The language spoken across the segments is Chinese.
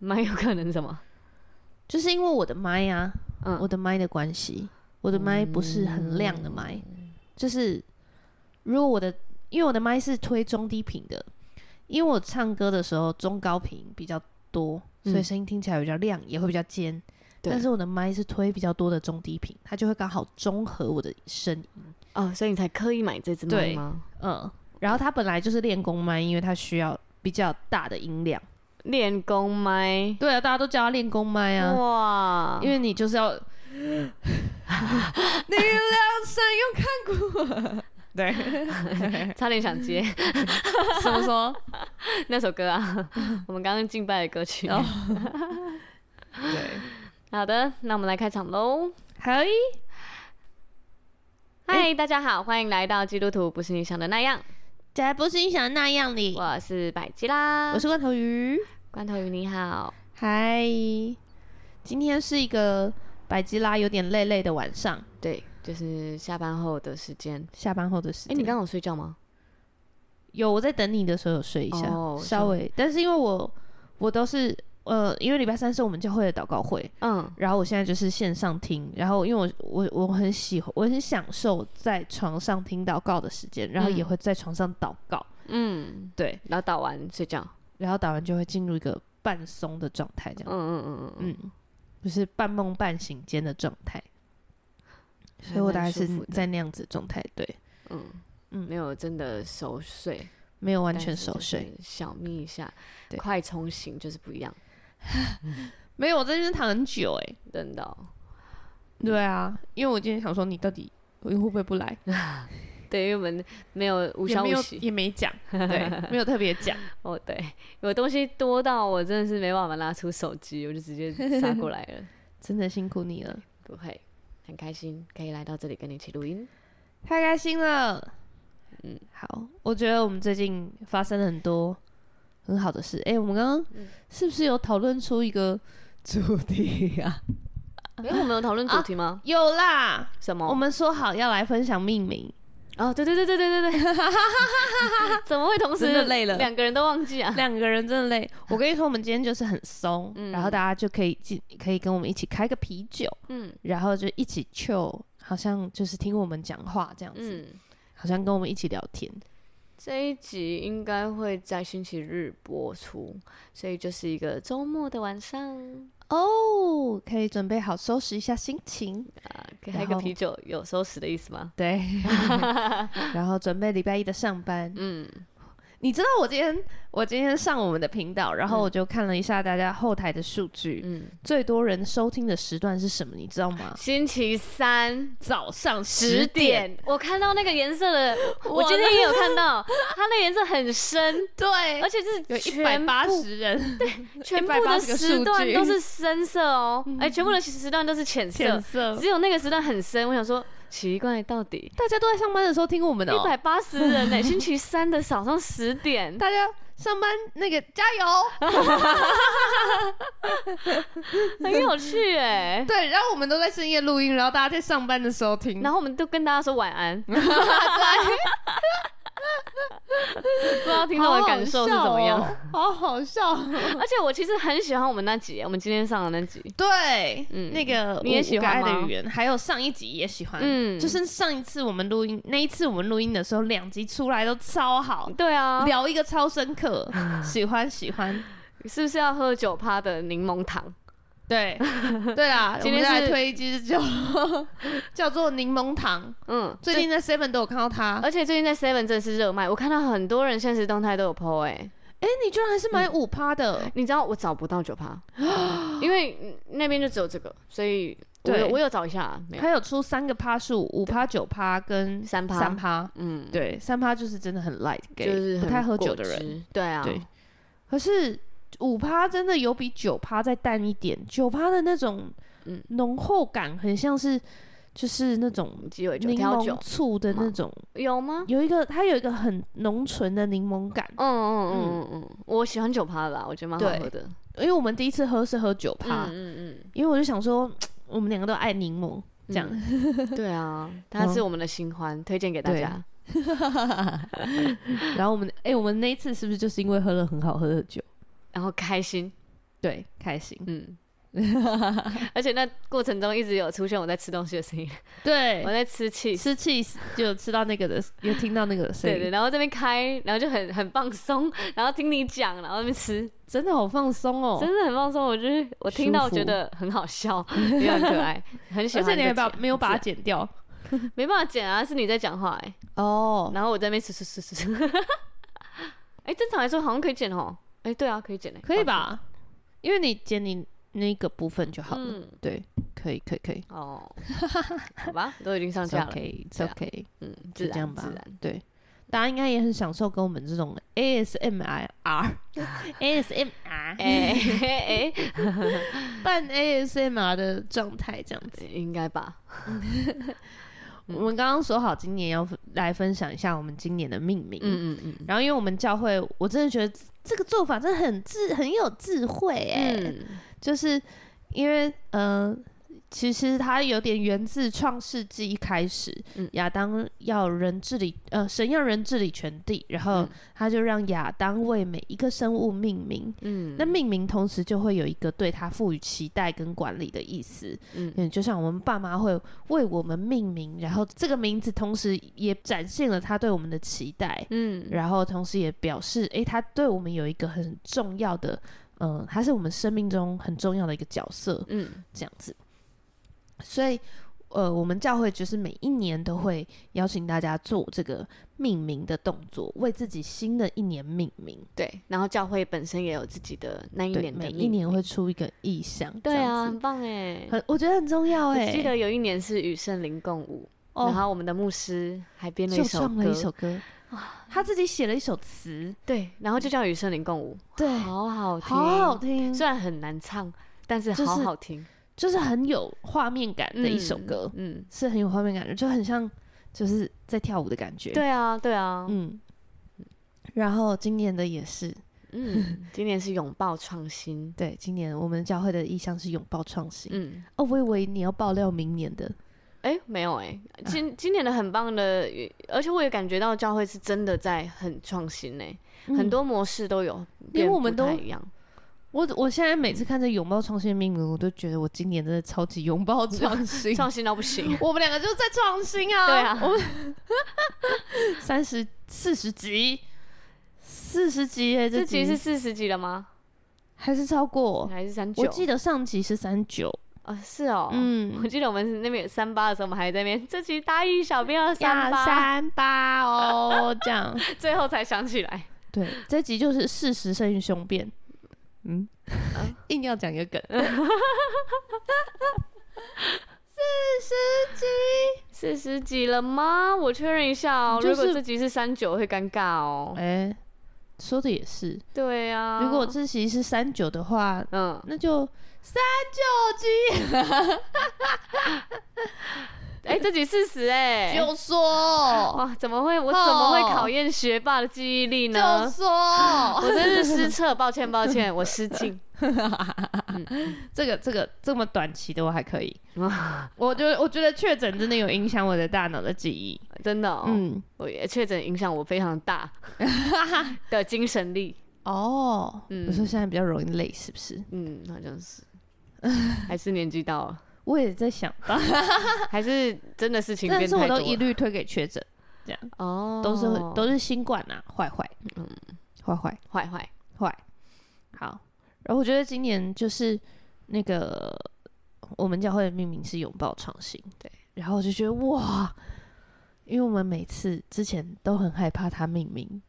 蛮有可能是什么？就是因为我的麦啊，嗯，我的麦的关系，我的麦不是很亮的麦，就是如果我的，因为我的麦是推中低频的，因为我唱歌的时候中高频比较多，所以嗯声音听起来比较亮，也会比较尖。对但是我的麦是推比较多的中低频，它就会刚好中和我的声音。哦，所以你才刻意买这支麦对吗？嗯，然后它本来就是练功麦，因为它需要比较大的音量。练功麦，对啊，大家都叫它练功麦啊。哇，因为你就是 要，你两神用看过，对， 差点想 接什么说？那首歌啊， 我们刚刚敬拜的歌曲。 哦对，好的，那我们来开场喽。嗨，嗨，大家好，欢迎来到基督徒不是你想的那样，才不是你想的那样哩。我是百吉啦，我是罐头鱼，罐头鱼，你好。嗨，今天是一个百吉拉有点累累的晚上，对，就是下班后的时间。下班后的时哎、间。你刚刚有睡觉吗？有我在等你的时候有睡一下，哦稍微，但是因为我我都是呃，因为礼拜三是我们教会的祷告会，嗯，然后我现在就是线上听，然后因为我我我很喜欢，我很享受在床上听祷告的时间，然后也嗯会在床上祷告，嗯，对，然后打完睡觉。然后打完就会进入一个半松的状态，这嗯样，嗯嗯嗯，嗯，就是半梦半醒间的状态，所以还我蛮大概是舒服的在那样子的状态，对，嗯嗯没有真的熟睡，没有完但全是熟就是睡，小眯一下，对快冲醒就是不一样，没有，我在那边躺很久、欸，真的哦、对啊，因为我今天想说你到底会不会不来，对，因为我们没有无也消没无有息。也没讲，对，没有特别 讲，哦，对，我东西多到我真的是没办法拿出手机，我就直 接杀过来了。真的辛苦你了。不会，很开心可以来到这里跟你一起录音。太开心了。嗯，好，我觉得我们最近发生了很多很好的事。哎、我们刚刚嗯是不是有讨论出一个主题 啊？哎、我们有讨论主题吗？有啦，什么？我们说好要来分享命名，哦，对对对对对 对对，怎么会同时真的累了两个人都忘记啊？两个人真的累。我跟你说，我们今天就是很松，嗯然后大家就可以进，可以跟我们一起开个啤酒，嗯然后就一起 chill，好像就是听我们讲话这样嗯，子，好像跟我们一起聊天。这一集应该会在星期日播出，所以就是一个周末的晚上哦，可以准备好收拾一下心情。啊，可以喝个啤酒，有收拾的意思吗？对， 然后准备礼拜一的上班。嗯，你知道我今天我今天上我们的频道，然后我就看了一下大家后台的数据，嗯最多人收听的时段是什么？你知道吗？星期三早上十十点。点，我看到那个颜色的，我 我今天也有看到，它那颜色很深，对而，且是哎有一百全八部十人全部的180个时段数据嗯都是深色哦，哎、全部的时段都是浅色浅，色，只有那个时段很深。我想说，奇怪，到底大家都在上班的时候听我们的、一哦。百八十人 呢、星期三的早上十点，大家上班那个加油， 很有趣哎、对，然后我们都在深夜录音，然后大家在上班的时候听，然后我们都跟大家说晚 安，不知道听众的感受是怎么样。好好笑哦、 好好笑 哦而且我其实很喜欢我们那集，我们今天上的那集，对，嗯那个你也我喜我可欢爱吗的语言，还有上一集也喜欢，嗯就是上一次我们录音那一次我们录音的时候，两集出来都超好，对啊，聊一个超 深刻，喜欢喜欢，是不是要喝酒趴的柠檬糖？ 对对啊，今天我们是再来推一支酒，叫做柠檬糖，嗯，最近在 Seven 都有看到它，而且最近在 Seven 真的是热卖，我看到很多人现实动态都有 PO 哎、哎，你居然还是买五趴的，你知道我找不到酒 趴，因为嗯那边就只有这个，所以我对有我有找一下，没有它有出三个趴数，五趴、九趴跟三趴三趴，嗯，对，三趴就是真的很 light，给就是不很太喝果酒的人。汁，对啊，对，可是五趴真的有比九趴再淡一点，九趴的那种嗯浓厚感，很像是就是那种鸡尾酒、柠调酒檬醋的嗯那种，有吗？有一个它有一个很浓醇的柠檬感嗯。嗯嗯嗯嗯，我喜欢酒趴啦，我觉得蛮好对喝的，因为我们第一次喝是喝九趴，嗯嗯因为我就想说我们两个都爱柠檬，这样、嗯，对啊，它是我们的新欢，推荐给大对家。然后我们哎、我们那一次是不是就是因为喝了很好喝的酒？然后开心，对，开心，嗯， 而且那过程中一直有出现我在吃东西的声音，对我，在吃 cheese，吃 cheese 就有吃到那个的，有听到那个的声对音，对，然后这边开，然后就很很放松，然后听你讲，然后那边吃，真的好放松哦，真的很放松。我就是我听到舒服觉得很好笑，也很可 爱，很喜而欢且这你集。还把没有把它是剪掉没办法剪啊，是你在讲话哎、哦，然后我在那边吃吃吃吃 吃。哎、正常来说好像可以剪哦。哎、对啊，可以剪哎、可以？吧？因为你剪你那个部分就好了，嗯，对，可以，可以，可以哦，好吧，都已经上架了，OK，OK，、对 o 啊 k 嗯，自就然这样吧自然，对。大家应该也很享受跟我们这种 ASMR、ASMR 哎哎哎，半 ASMR 的状态这样子。哎应该吧？我们刚刚说好今年要分来分享一下我们今年的命名，嗯嗯嗯然后因为我们教会，我真的觉得这个做法真的很智很有智慧哎、嗯，就是因为呃，其实它有点源自创世纪一开始嗯，亚、当要人治理呃，神要人治理全地，然后嗯他就让亚当为每一个生物命名。嗯，那命名同时就会有一个对他赋予期待跟管理的意思，嗯嗯，就像我们爸妈会为我们命名，然后这个名字同时也展现了他对我们的期待，嗯然后同时也表示，诶，他对我们有一个很重要的，嗯、他是我们生命中很重要的一个角色，嗯这样子。所以，呃，我们教会就是每一年都会邀请大家做这个命名的动作，为自己新的一年命名。对，然后教会本身也有自己的那一对，年的每命一年会出一个意向，对这啊，样子很，棒哎。很我觉得很重要我哎、记得有一年是与圣灵共舞，然哦，后我们的牧师还编了就一首唱歌，了一首歌，他自己写了一首词，对，然后就叫与圣灵共舞，对，好好听，好哎好听，虽然很难唱，但是就是好好听就是很有画面感的一首歌。嗯，是很有画面感的，就很像就是在跳舞的感觉。嗯，对啊，对啊，嗯。然后今年的也是，嗯，今年是拥抱创新，对，今年我们教会的意向是拥抱创新。嗯，哦，我以为你要爆料明年的，哎、没有哎、今今年的很棒的，而且我也感觉到教会是真的在很创新哎、很嗯。多模式都有，连变我们不太都一样，我我现在嗯每次看着拥抱创新的命名，我都觉得我今年真的超级拥抱 创新。创新到不行 ，我们两个就是在创新啊！对 啊我们三十四十集，四十集耶，这这集是四十集了吗？还是超过？还是三九？我记得上集是三九，哦，是哦，嗯，我记得我们那边有三八的时候，我们还在那边，这集答应小编要要三八，三八 哦，这样。最后才想起来。对，这集就是事实胜于雄辩。嗯， 硬要讲一个 梗。 四十集了吗？我确认一下哦。就是如果这集是三九，会尴尬哦。哎、说的也是。对呀、啊，如果这集是三九的话，嗯，那就三九集哎、这集四十哎，就说，哇，怎么会我怎么会考验学霸的记忆力呢？就说我真是失策，抱歉抱歉，我失敬。 这个这个这么短期的我还可以。 我觉得我觉得确诊真的有影响我的大脑的记忆。真的、哦，嗯，我也确诊影响我非常大的精神力，哦，嗯我说现在比较容易累，是不是？嗯，好像是，还是年纪到 了，我也 在想到，还是真的事情但变是太我多都了一律推给确诊，这样。哦，都是会都是新冠啊，坏坏，嗯，坏坏坏坏，坏，好。然后我觉得今年就是那个我们教会的命名是拥抱创新，对。然后我就觉得哇，因为我们每次之前都很害怕它命名，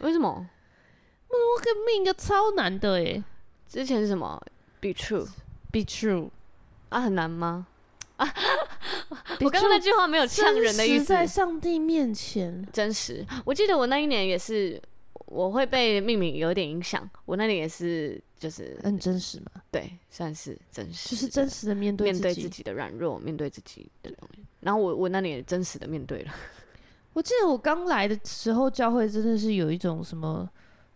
为什么？我给命一个超难的欸耶之前是什么？Be true ，Be True，啊，很难吗？ Be 我刚刚那 True 句话没有呛人的意真思，实在上帝面前，真实。我记得我那一年也是，我会被命名有点影响。我那年也是，就是很嗯真实嘛，对，算是真实，呃就是真实的面对面对己自。己的软弱，面对自己的东西。然后我我那年也真实的面对了，我记得我刚来的时候，教会真的是有一种什么，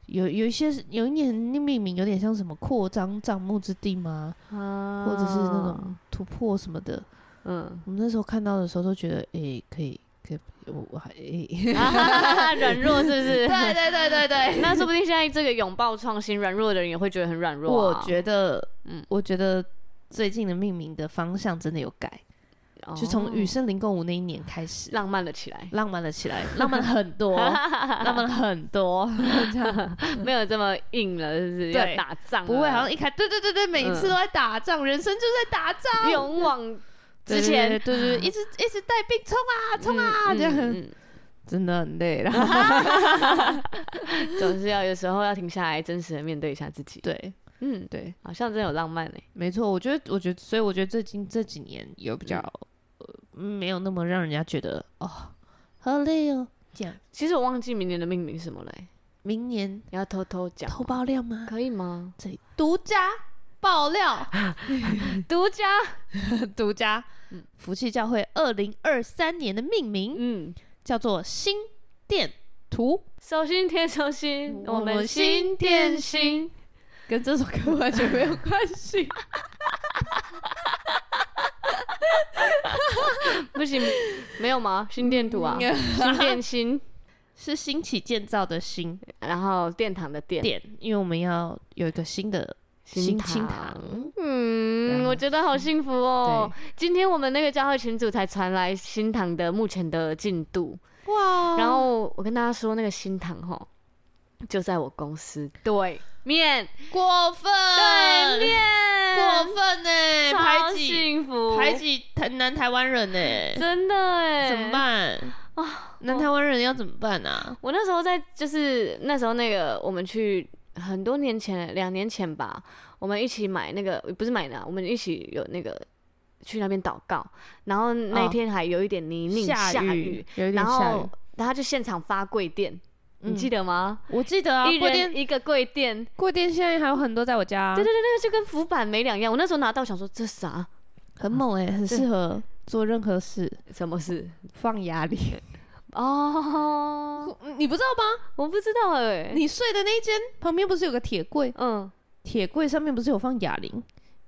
有有一些是有一年命名有点像什么扩张帐幕之地吗？啊或者是那种突破什么的。嗯，我们那时候看到的时候都觉得，诶、可以可以我我还、 啊软弱是不是？ 对对对对对，那说不定现在这个拥抱创新，软弱的人也会觉得很软弱、 我啊。觉得，嗯我觉得最近的命名的方向真的有改，哦就从与森林共舞那一年开始，浪漫了起来，浪漫了起来，浪漫很多，浪漫很 多，这样没有这么硬了，是不是？对要打仗了，啊不会好像一开，对对对对，每一次都在打仗，人生就是在打仗，勇往对直前，对对对，对一直一直带病冲啊冲啊，嗯这样嗯 真的很 累啦，嗯总是要有时候要停下来，真实的面对一下自己。，对嗯，对。好像真有浪漫欸嘞、没错，我觉得，我觉得，所以我觉得最近这几年有比较，呃，没有那么让人家觉得哦，好累哦。这样，其实我忘记明年的命名是什么嘞、欸明年你要偷偷讲吗，偷爆料吗？可以吗？这里独家爆料，独家，独家，福气教会二零二三年的命名嗯，叫做心电图，手心贴手心，我我们们心电电心。跟这首歌完全没有关 系。不行，没有吗？心电图啊，嗯心电心，是兴起建造的新然后殿堂的殿，店，因为我们要有一个新的新清堂，嗯，我觉得好幸福哦。今天我们那个教会群组才传来新堂的目前的进度，哇然后我跟大家说，那个新堂吼就在我公司对面，过分，对欸面，过分呢、排超挤幸福，排挤台南台湾人呢、真的哎，怎么办啊？南台湾人要怎么办啊？我那时候在就是那时候那个我们去很多年前两年前吧，我们一起买那个不是买的啊、我们一起有那个去那边祷告，然后那哦天还有一点泥泞、下雨，有一点然下雨后。然后就现场发跪垫，嗯你记得吗？我记得啊，一贵店人一个跪垫，贵店现在还有很多在我家、对对对，那个就跟浮板没两样。我那时候拿到想说这啥很猛哎、很适合做任何事，什么事放压力。哦，你不知道吗？我不知道哎、你睡的那一间旁边不是有个铁柜？嗯，铁柜上面不是有放哑铃？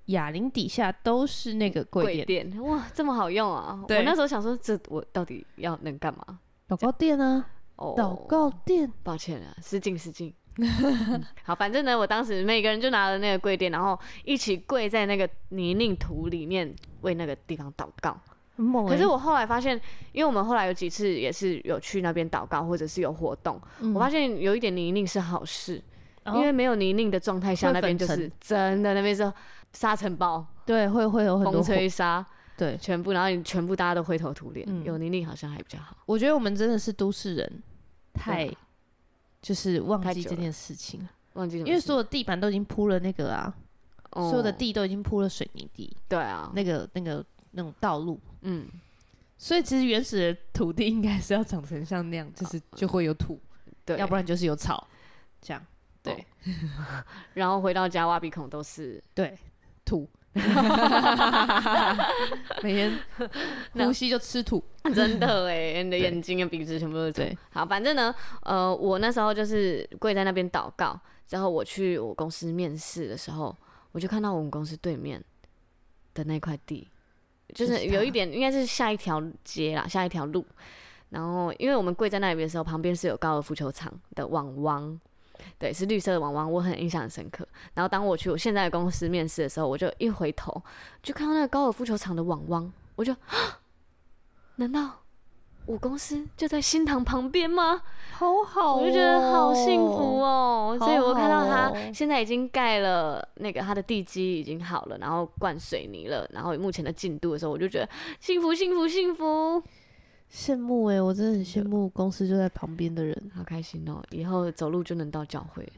哑铃底下都是那个跪柜垫、垫哇，这么好用啊！我对那时候想说这我到底要能干嘛？祷告垫啊，哦祷告垫。抱歉啊，失敬失敬。 嗯好，反正呢，我当时每个人就拿了那个跪垫，然后一起跪在那个泥泞土里面为那个地方祷告。很猛、欸。可是我后来发现，因为我们后来有几次也是有去那边祷告，或者是有活动，嗯我发现有一点泥泞是好事，哦因为没有泥泞的状态下，会那边就粉是真的那边是沙尘暴、对会会有很多风火吹沙，对，全部，然后你全部大家都灰头土脸，嗯有泥泞好像还比较好。我觉得我们真的是都市人，太对就是忘太记久这件事情了，忘记什么事，因为所有地板都已经铺了那个啊，哦所有的地都已经铺了水泥地，对啊，那个那个那种道路，嗯，所以其实原始的土地应该是要长成像那样，就是就会有土，对，要不然就是有草，这样对然后回到家挖鼻孔都是对 土，每天呼吸就吃土， 真的哎，你的对眼睛跟鼻子全部都是对对。好，反正呢，呃，我那时候就是跪在那边祷告，之后我去我公司面试的时候，我就看到我们公司对面的那块地，就就是是它有一点应该是下一条街啦，下一条路。然后因为我们跪在那里的时候，旁边是有高尔夫球场的网网。对，是绿色的网网，我很印象很深刻。然后当我去我现在的公司面试的时候，我就一回头就看到那个高尔夫球场的网网，我就，啊难道我公司就在新塘旁边吗？好好我就觉得好幸福哦。哦。好所以我看到好他哦现在已经盖了那个他的地基已经好了，然后灌水泥了，然后目前的进度的时候，我就觉得幸福幸福幸福，羡慕哎、我真的很羡慕公司就在旁边的人。好开心哦！以后走路就能到教会。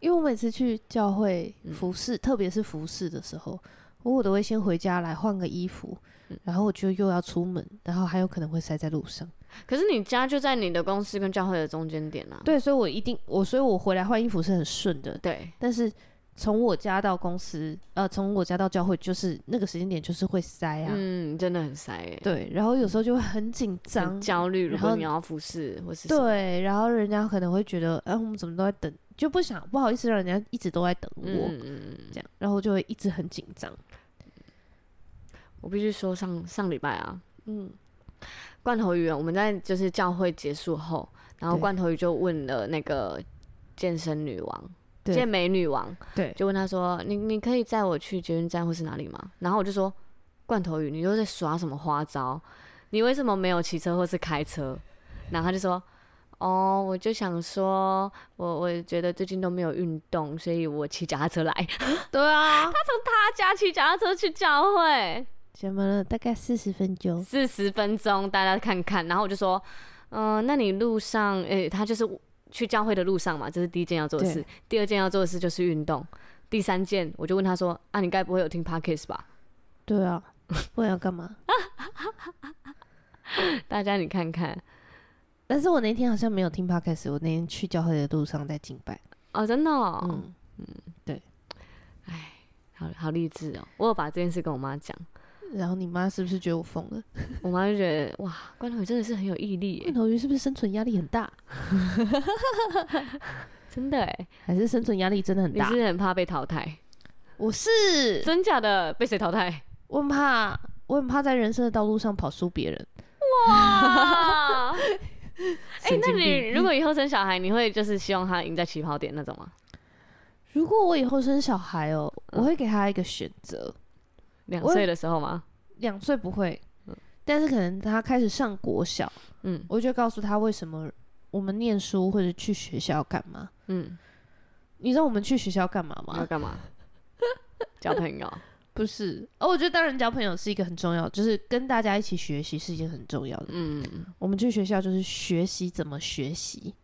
因为我每次去教会嗯服饰，特别是服饰的时候，我都会先回家来换个衣服，嗯然后我就又要出门，然后还有可能会塞在路上。可是你家就在你的公司跟教会的中间点啊。对，所以我一定我，所以我回来换衣服是很顺的。对但是从我家到公司，呃，从我家到教会，就是那个时间点就是会塞啊。嗯，真的很塞耶，对，然后有时候就会很紧张很，焦虑。如然果后你要服侍或是什么，对，然后人家可能会觉得，哎、我们怎么都在等，就不想不好意思让人家一直都在等我、嗯嗯嗯嗯，这样，然后就会一直很紧张。我必须说上上礼拜啊，嗯，罐头鱼，我们在就是教会结束后，然后对罐头鱼就问了那个健身女王、对健美女王，对，就问她说：“你你可以载我去捷运站或是哪里吗？”然后我就说：“罐头鱼，你又在耍什么花招？你为什么没有骑车或是开车？”然后她就说：“哦，我就想说，我我觉得最近都没有运动，所以我骑脚踏车来。 对啊，他家骑脚踏车去教会，怎么了？大概四十分钟，四十分钟，大家看看。然后我就说，嗯、那你路上，诶、他就是去教会的路上嘛，这是第一件要做的事对。第二件要做的事就是运动。第三件，我就问他说，啊，你该不会有听 Podcast 吧？ 对啊， 不然要干嘛？大家你看看，但是我那天好像没有听 podcast，我那天去教会的路上在敬拜。哦，真的、哦，嗯，好好励志哦。我有把这件事跟我妈讲，嗯然后你妈是不是觉得我疯了？我妈就觉得，哇，关头真的是很有毅力耶罐，头鱼是不是生存压力很大？真的哎，还是生存压力真的很你是大不？是很怕被淘汰，我是，真假的被谁淘汰？ 我很怕，我很怕在人生的道路上跑输别人。哇！哎、神啊那经你病如果以后生小孩，你会就是希望他赢在起跑点那种吗？如果我以后生小孩哦，我嗯会给他一个选择。两我岁的时候吗？两岁不会，但是可能他开始上国小，嗯我就告诉他为什么我们念书或者去学校干嘛。嗯，你知道我们去学校干嘛要吗？干 嘛？交朋友。不是，哦，我觉得当然交朋友是一个很重要，就是跟大家一起学习是一件很重要的。嗯，我们去学校就是学习怎么学习，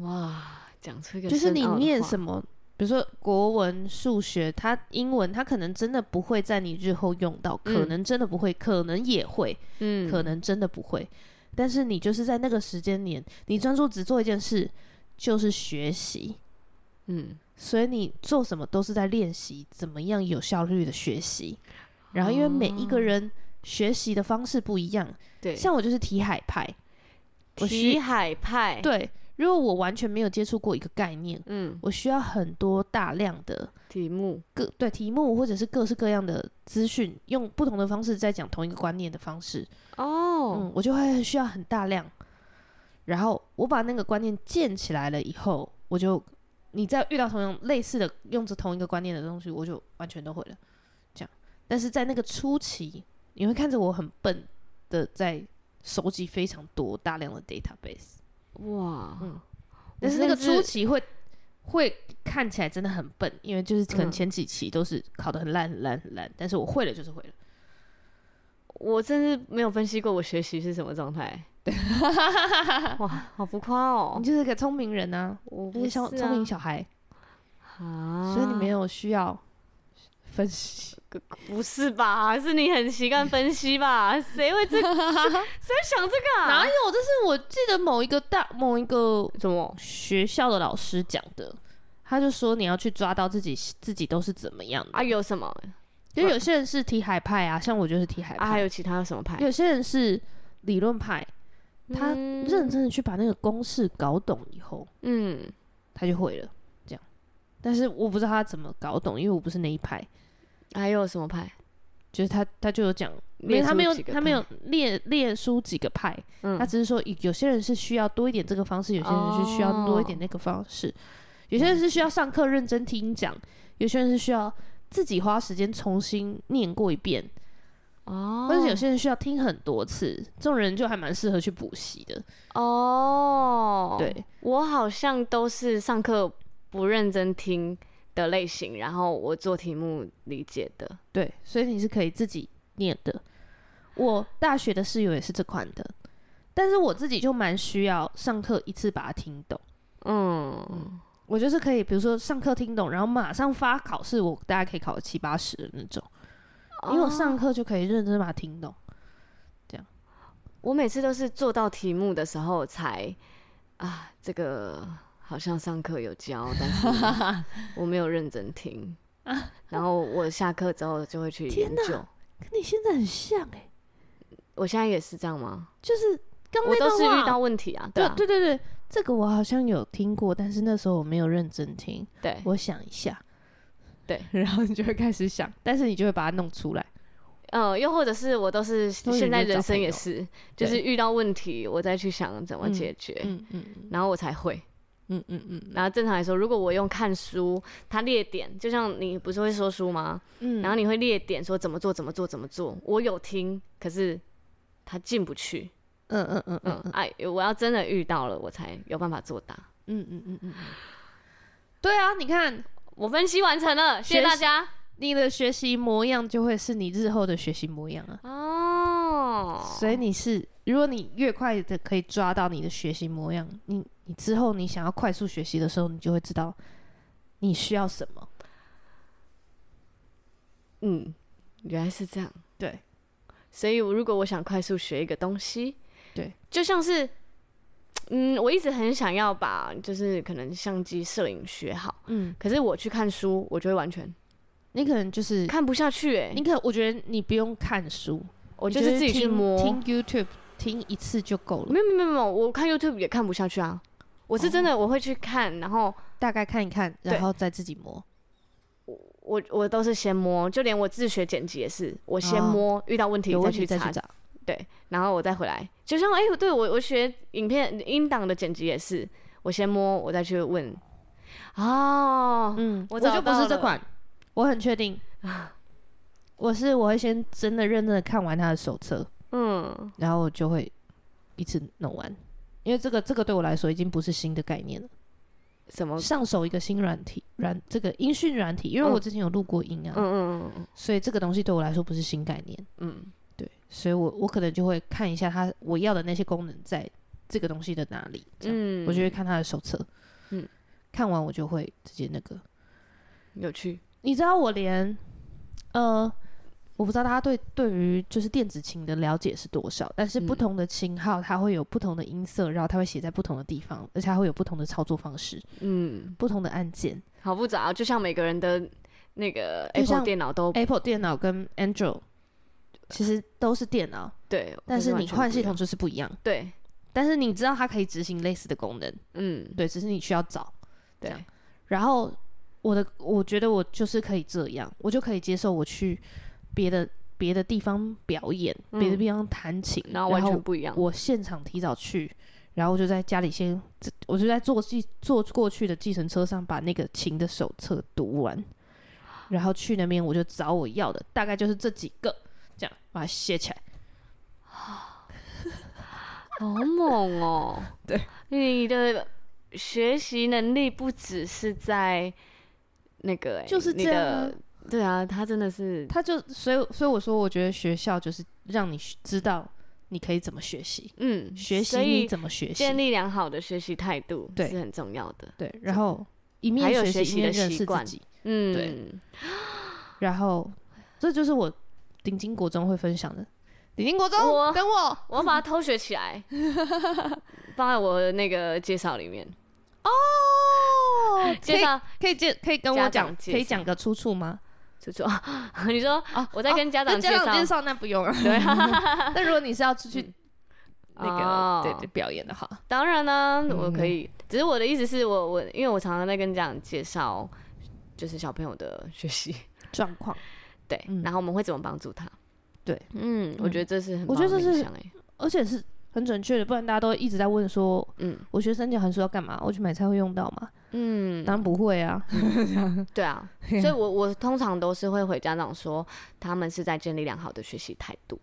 哇，讲出一个就是你念么？什么，比如说国文、数学，它英文，它可能真的不会在你日后用到，可嗯能真的不会，可能也会，嗯，可能真的不会。但是你就是在那个时间点，你专注只做一件事，就是学习。嗯，所以你做什么都是在练习怎么样有效率的学习。然后因为每一个人学习的方式不一样，哦对，哎像我就是题海派，我需题海派，，对，如果我完全没有接触过一个概念，嗯，我需要很多大量的题目，各对题目或者是各式各样的资讯，用不同的方式在讲同一个观念的方式，哦，嗯，我就会需要很大量。然后我把那个观念建起来了以后，我就你再遇到同样类似的用着同一个观念的东西，我就完全都会了。这样，但是在那个初期，你会看着我很笨的在收集非常多大量的 database，哇，嗯我但是那个甚至初期会会看起来真的很笨，因为就是可能嗯前几期都是考得很烂很烂很烂，但是我会了就是会了。我真是没有分析过我学习是什么状态。 哇，好浮夸哦你！就是个聪明人啊，我而且不小是聪明啊小孩，啊，所以你没有需要分析。不是吧？是你很习惯分析吧？谁会这谁会想这个、啊？哪有？这是我记得某一个大某一个怎么？学校的老师讲的，他就说你要去抓到自己自己都是怎么样的。啊，有什么？因为有些人是题海派啊，像我就是题海啊，还派，有其他什么派？有些人是理论派，他嗯认真的去把那个公式搞懂以后，嗯，他就会了。这样，但是我不知道他怎么搞懂，因为我不是那一派。还有什么派？就是他，他就有讲，因列为出他没有几，个他没有列列出几个派，嗯他只是说有有些人是需要多一点这个方式，有些人是需哦要多一点那个方式，有些人是需要上课认真听讲，有些人是需要自己花时间重新念过一遍，哦，或者是有些人需要听很多次。这种人就还蛮适合去补习的，哦，对，我好像都是上课不认真听的类型，然后我做题目理解的。对，所以你是可以自己念的。我大学的室友也是这款的，但是我自己就蛮需要上课一次把它听懂。嗯，我就是可以，比如说上课听懂，然后马上发考试，我大概可以考七八十的那种，因为我上哦课就可以认真把它听懂。我每次都是做到题目的时候才啊，这个好像上课有教，但是 我没有认真 听。然后我下课之后就会去研天哪究。跟你现在很像哎、我现在也是这样吗？就是刚我那都段是话遇到问题啊，对、啊，对对对，这个我好像有听过，但是那时候我没有认真听，对，我想一下，对， 然后你就会开始想，但是你就会把它弄出来。嗯，又或者是我都是都是现在人生也是，就对是遇到问题我再去想怎么嗯解决，嗯嗯然后我才会。嗯嗯嗯然后正常来说，如果我用看书，它列点，就像你不是会说书吗？嗯然后你会列点说怎么做，怎么做，怎么做。我有听，可是它进不去。嗯嗯嗯嗯，哎，我要真的遇到了，我才有办法作答。嗯嗯嗯嗯，对啊，你看我分析完成了，谢谢学习大家。你的学习模样就会是你日后的学习模样啊。哦，所以你是，如果你越快的可以抓到你的学习模样，你你之后你想要快速学习的时候，你就会知道你需要什么。嗯，原来是这样。对，所以我如果我想快速学一个东西，对，就像是，嗯，我一直很想要把就是可能相机摄影学好，嗯，可是我去看书，我就会完全你可能就是，看不下去、欸，你可我觉得你不用看书，我你就是自己去听摸。嗯听 YouTube 听一次就够了没，有没有没有没有，我看 YouTube 也看不下去啊。我是真的哦我会去看，然后大概看一看，对然后再自己摸。我我都是先摸，就连我自学剪辑也是，我先哦摸，遇到问题有再问去题再查去找。对，然后我再回来。就像哎、对我我学影片音档的剪辑也是，我先摸，我再去问。哦，嗯，我我找就不到是这了啊款，我很确定。我是我会先真的认真的看完他的手册，嗯，然后我就会一次弄完，因为这个这个对我来说已经不是新的概念了。什么？上手一个新软体软这个音讯软体，因为嗯我之前有录过音啊，嗯嗯嗯所以这个东西对我来说不是新概念。嗯对，所以我我可能就会看一下它我要的那些功能在这个东西的哪里，这样、嗯，我就会看它的手册。嗯，看完我就会直接那个，有趣。你知道我连呃，我不知道大家对对于就是电子琴的了解是多少，但是不嗯同的琴号它会有不同的音色，然后它会写在不同的地方，而且它会有不同的操作方式、嗯，不同的按键。好复杂、哦，就像每个人的那个就 Apple 像电脑都 Apple 电脑跟 Android 其实都是电脑，对，但都是完你全换不系一样统就是不一样。对，但是你知道它可以执行类似的功能，嗯对，只是你需要找。对这，样然后我的，我觉得我就是可以这样，我就可以接受我去别的别的地方表演，嗯别的地方弹琴，然后完全不一样。我现场提早去，然后我就在家里先，我就在坐计坐过去的计程车上把那个琴的手册读完，然后去那边我就找我要的，大概就是这几个，这样把它写起来。好猛 哦！对，你的学习能力不只是在那个、欸，就是你这样啊的，对啊，他真的是，他就所以所以我说，我觉得学校就是让你学知道你可以怎么学习，嗯，学习所你以怎么学习，建立良好的学习态度对是很重要的。对，然后一还面有学学习习一面的认习识自惯己，嗯，对然后这就是我顶金国中会分享的。顶金国中我，哦等我我要把它偷学起 来，放在我的那个介绍里面。哦，可介以绍可以介可以跟家我长讲，介可以绍讲个出处吗？楚楚， 你说啊我在跟家那长家长介绍，绍那不用啊。对 啊， 但如果你是要出去那哦个对对表演的话，当然啦、嗯我可以。只是我的意思是我我，因为我常常在跟家长介绍，就是小朋友的学习，状况，对，嗯然后我们会怎么帮助他。对，嗯，我觉得这是很我棒觉的得这冥是想欸，而且是很准确的，不然大家都一直在问说，嗯我学三角函数要干嘛？我去买菜会用到吗？嗯，当然不会啊。对 啊，所以我我通常都是会回家长说，他们是在建立良好的学习态度，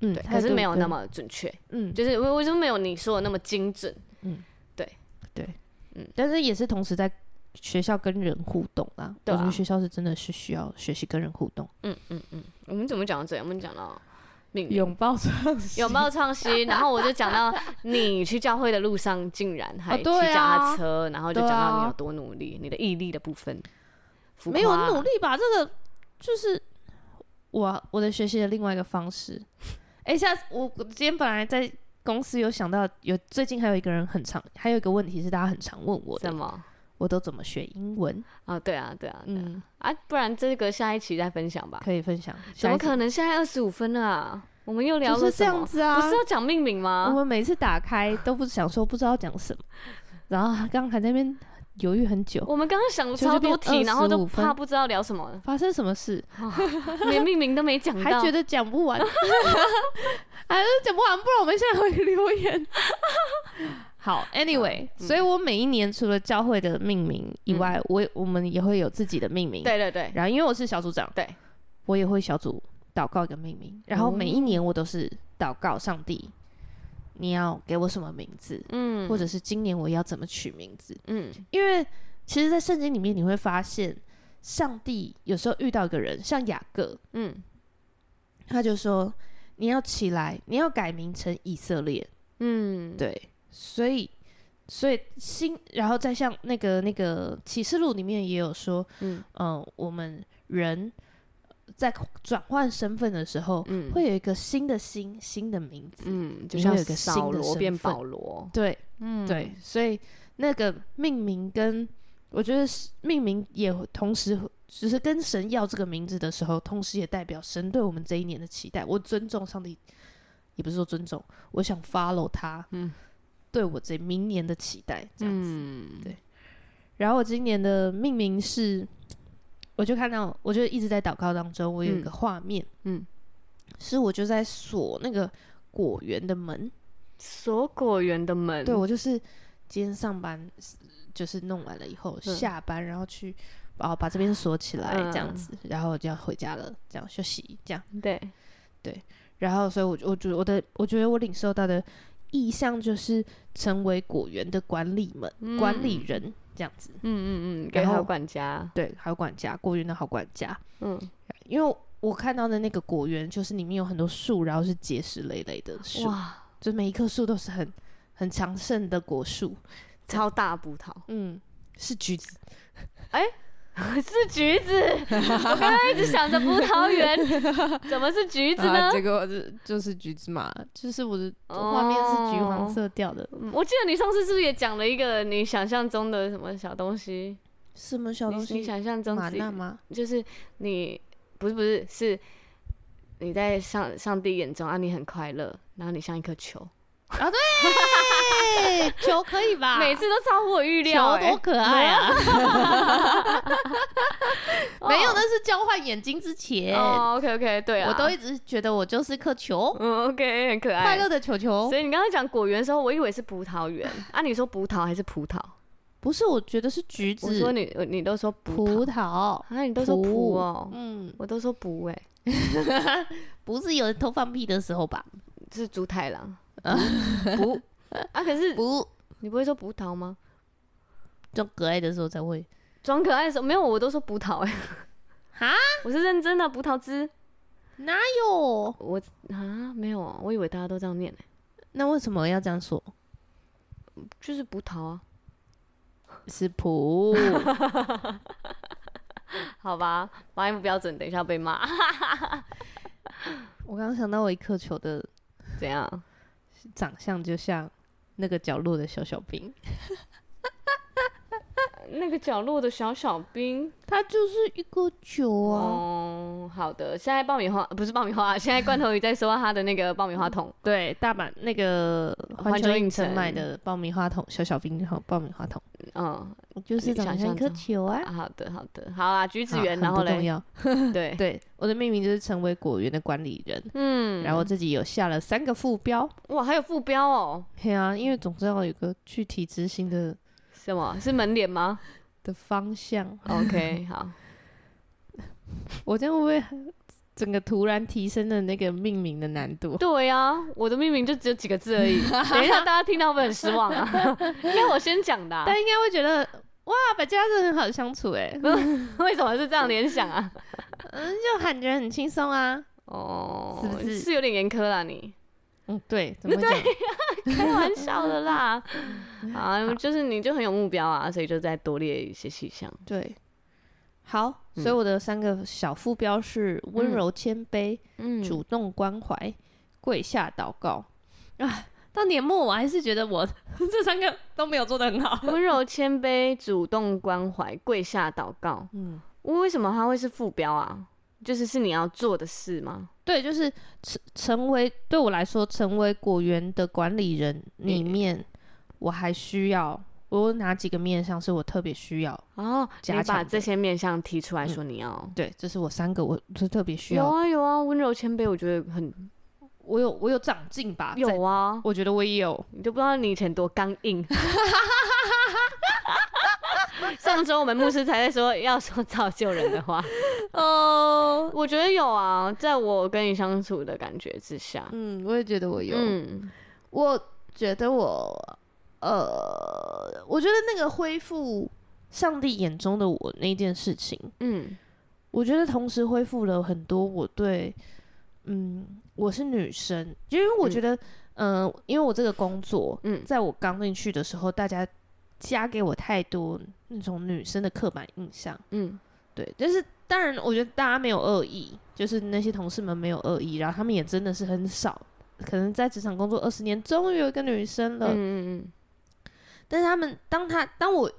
嗯对，，可是没有那么么准确，嗯，就是我我就没有你说的那么精准，但是也是同时在学校跟人互动啦。对啊我觉得学校是真的是需要学习跟人互动，嗯嗯嗯，我们怎么讲到这里？我们讲到命运。拥抱创新有没有创新？然后我就讲到你去教会的路上，竟然还骑对脚啊踏车，然后就讲到对你啊有多努力，你的毅力的部分。浮夸没有努力吧？这个就是我我的学习的另外一个方式。 哎、下次我我今天本来在公司有想到有最近还有一个人很常，还有一个问题是大家很常问我什的，么？我都怎么学英文？哦，对啊，对啊，对啊，嗯，啊不然这个下一期再分享吧。可以分享。怎么下一集可能？现在二十五分了啊，我们又聊就了是什这样么？子啊？不是啊要讲命名我吗？们每次打开都不想说不知道讲什么，然后他刚刚还在那边犹豫很久，我们刚刚想了超多就题，变然后都25分怕不知道聊什么了，发生什么事，连命名都没讲还到觉。得讲不 完， 还是讲不完，不然我们现在回留 言。好，Anyway，、所以嗯我每一年除了教会的命名以外，我我们也会有自己的命名。，对对对，然后因为我是小组长，对，我也会小组祷告一个命名，然后每一年我都是祷告上帝，你要给我什么名字，哦嗯或者是今年我要怎么取名字？嗯因为其实，在圣经里面你会发现，上帝有时候遇到一个人，像雅各，嗯他就说：“你要起来，你要改名成以色列。嗯，”对，所以，所以新，然后再像那个那个启示录里面也有说，嗯嗯、我们人在转换身份的时候，嗯会有一个新的心，新的名字。嗯，就你像会有个新扫的罗身变份保罗，对嗯，对，所以那个命名跟我觉得是命名也同时。只是跟神要这个名字的时候，同时也代表神对我们这一年的期待。我尊重上帝，也不是说尊重，我想 follow 他，嗯对我这明年的期待这样子。嗯然后我今年的命名是，我就看到，我就一直在祷告当中，我有一个画面，嗯是我就在锁那个果园的门，锁果园的门，对我就是今天上班就是弄完了以后，嗯下班然后去哦把把这边锁起来嗯这样子，然后我就要回家了，这样休息这样。对，然后，所以我就我觉得我的我觉得我领受到的意向就是成为果园的管理们、管理人这样子，嗯嗯嗯，然给好后管家，对，好管家，果园的好管家。嗯因为我看到的那个果园就是里面有很多树，然后是结实累累的树，哇，就每一棵树都是很很强盛的果树，超大葡萄嗯，是橘子。是橘子，我刚刚一直想着葡萄 园，怎么是橘子呢哦啊、？结果就就是橘子嘛，就是我的画面是橘黄色调的。嗯我记得你上次是不是也讲了一个你想象中的什么小东西？什么小你你想象中玛自己纳吗？就是你不是不是是你在上上帝眼中啊，你很快乐，然后你像一颗球，啊，对，球哎可以吧？ 每次都超乎我预料、啊球欸，多可爱啊！哦 没有，那是交换眼睛之前，哦，OK OK，对啊，我都一直觉得我就是颗球，嗯 OK 很可爱，快乐的球球所。以你刚刚讲果园的时候，我以为是葡萄园啊，你说葡萄还是葡萄？不是，我觉得是橘我说子、你你都说葡葡萄，萄。啊，你都说葡葡哦，嗯，我都说葡哎、不是有人偷放屁的时候吧？是猪太郎，葡 啊，可是不，你不会说葡萄吗？装可爱的时候才会。装可爱的时候没有，我都说葡萄哎、哈， 我是认真的，葡萄汁。哪有？我啊，没有啊，我以为大家都这样念呢、那为什么要这样说？就是葡萄啊，是 葡。好吧，发音不标准，等一下被骂， 我刚刚想到，我一颗球的怎样？长相就像那个角落的小小兵，那个角落的小小兵，他就是一个球啊。哦，好的，现在爆米花不是爆米花，啊现在罐头鱼在收到他的那个爆米花桶，对，大阪那个环环球球影影城城买的爆米花筒，小小兵和爆米花筒，嗯，我就是长得像一颗球啊啊。好的好的，好啊，橘子园，啊然很后不重嘞，要。对，对，我的命名就是成为果园的管理人，嗯，然后我自己有下了三个副标。哇，还有副标哦，对啊，因为总是要有个具体执行的什么是门脸吗的方向。 ？OK，好，我这样会不会整个突然提升了那个命名的难度？对啊，我的命名就只有几个字而已，等一下大家听到会不会很失望啊？ 应该我先讲的啊、但应该会觉得哇，百家真的很好相处哎、 为什么是这样联想啊？嗯，就感觉很轻松啊。哦，是不是有点严苛啦 你？嗯，对，怎么会讲？开玩笑的啦，啊，就是你就很有目标啊，所以就再多列一些细项。 对，好，嗯所以我的三个小副标是温柔谦卑、嗯主动关怀、跪下祷告啊。到年末我还是觉得我 这三个都没有做得很好。温柔、谦卑、主动关怀、跪下祷告。嗯，为什么它会是副标啊？就是是你要做的事吗？对，就是成成为对我来说，成为果园的管理人里面，我还需要我有哪几个面向是我特别需要？哦，加你把强的这些面向提出来说你要。对，这是我三个我是特别需有要。啊有啊，温柔谦卑，我觉得很我有我有长进吧？在有，啊，我觉得我也有。你都不知道你以前多刚 硬。上周我们牧师才在说要说造就人的话，哦，我觉得有啊，在我跟你相处的感觉之下， 嗯，我也觉得我有。嗯，我觉得我，呃，我觉得那个恢复上帝眼中的我那件事情，嗯我觉得同时恢复了很多我对，嗯，我是女生，因为我觉得，嗯、因为我这个工作，嗯在我刚进去的时候，大家加给我太多那种女生的刻板印象，嗯对，但是当然，我觉得大家没有恶意，就是那些同事们没有恶意，然后他们也真的是很少，可能在职场工作二十年，终于有一个女生嗯了，嗯但是他们当他当我。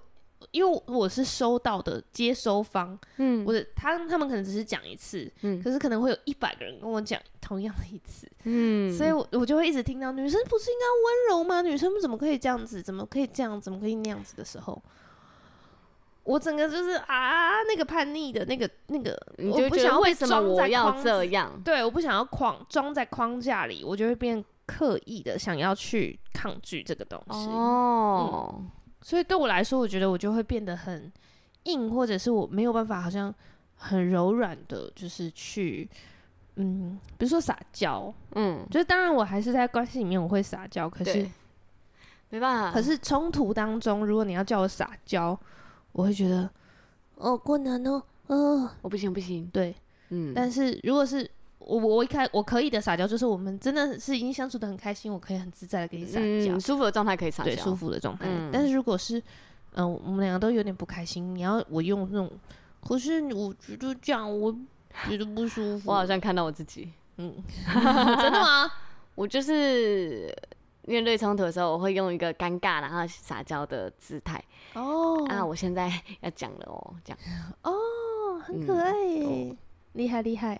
因为我是收到的接收方，嗯，我的他他们可能只是讲一次，嗯可是可能会有一百个人跟我讲同样的一次，嗯，所以我我就会一直听到女生不是应该温柔吗？女生怎么可以这样子？怎么可以这样？怎么可以那样子的时候，我整个就是啊，那个叛逆的那个那个，你我就不觉想得要被为什么装在我要框子这样？对，我不想要框装在框架里，我就会变刻意的想要去抗拒这个东西。嗯哦，所以对我来说，我觉得我就会变得很硬，或者是我没有办法，好像很柔软的，就是去，嗯，比如说撒娇，嗯，就是当然我还是在关系里面我会撒娇，可是对，没办法，可是冲突当中，如果你要叫我撒娇，我会觉得哦困难哦，嗯、我不行不行，对。嗯，但是如果是我我一开我可以的撒娇，就是我们真的是已经相处的很开心，我可以很自在的跟你撒娇嗯，，舒服的状态可以撒对，娇舒服的状态。嗯但是如果是，嗯、我们两个都有点不开心，你要我用那种，可是我觉得这样我觉得不舒服。我好像看到我自己， 真的吗？我就是面对冲突的时候，我会用一个尴尬然后撒娇的姿态、哦啊，我现在 要讲了哦，这样哦，嗯很可爱哦耶，厉、害厉害。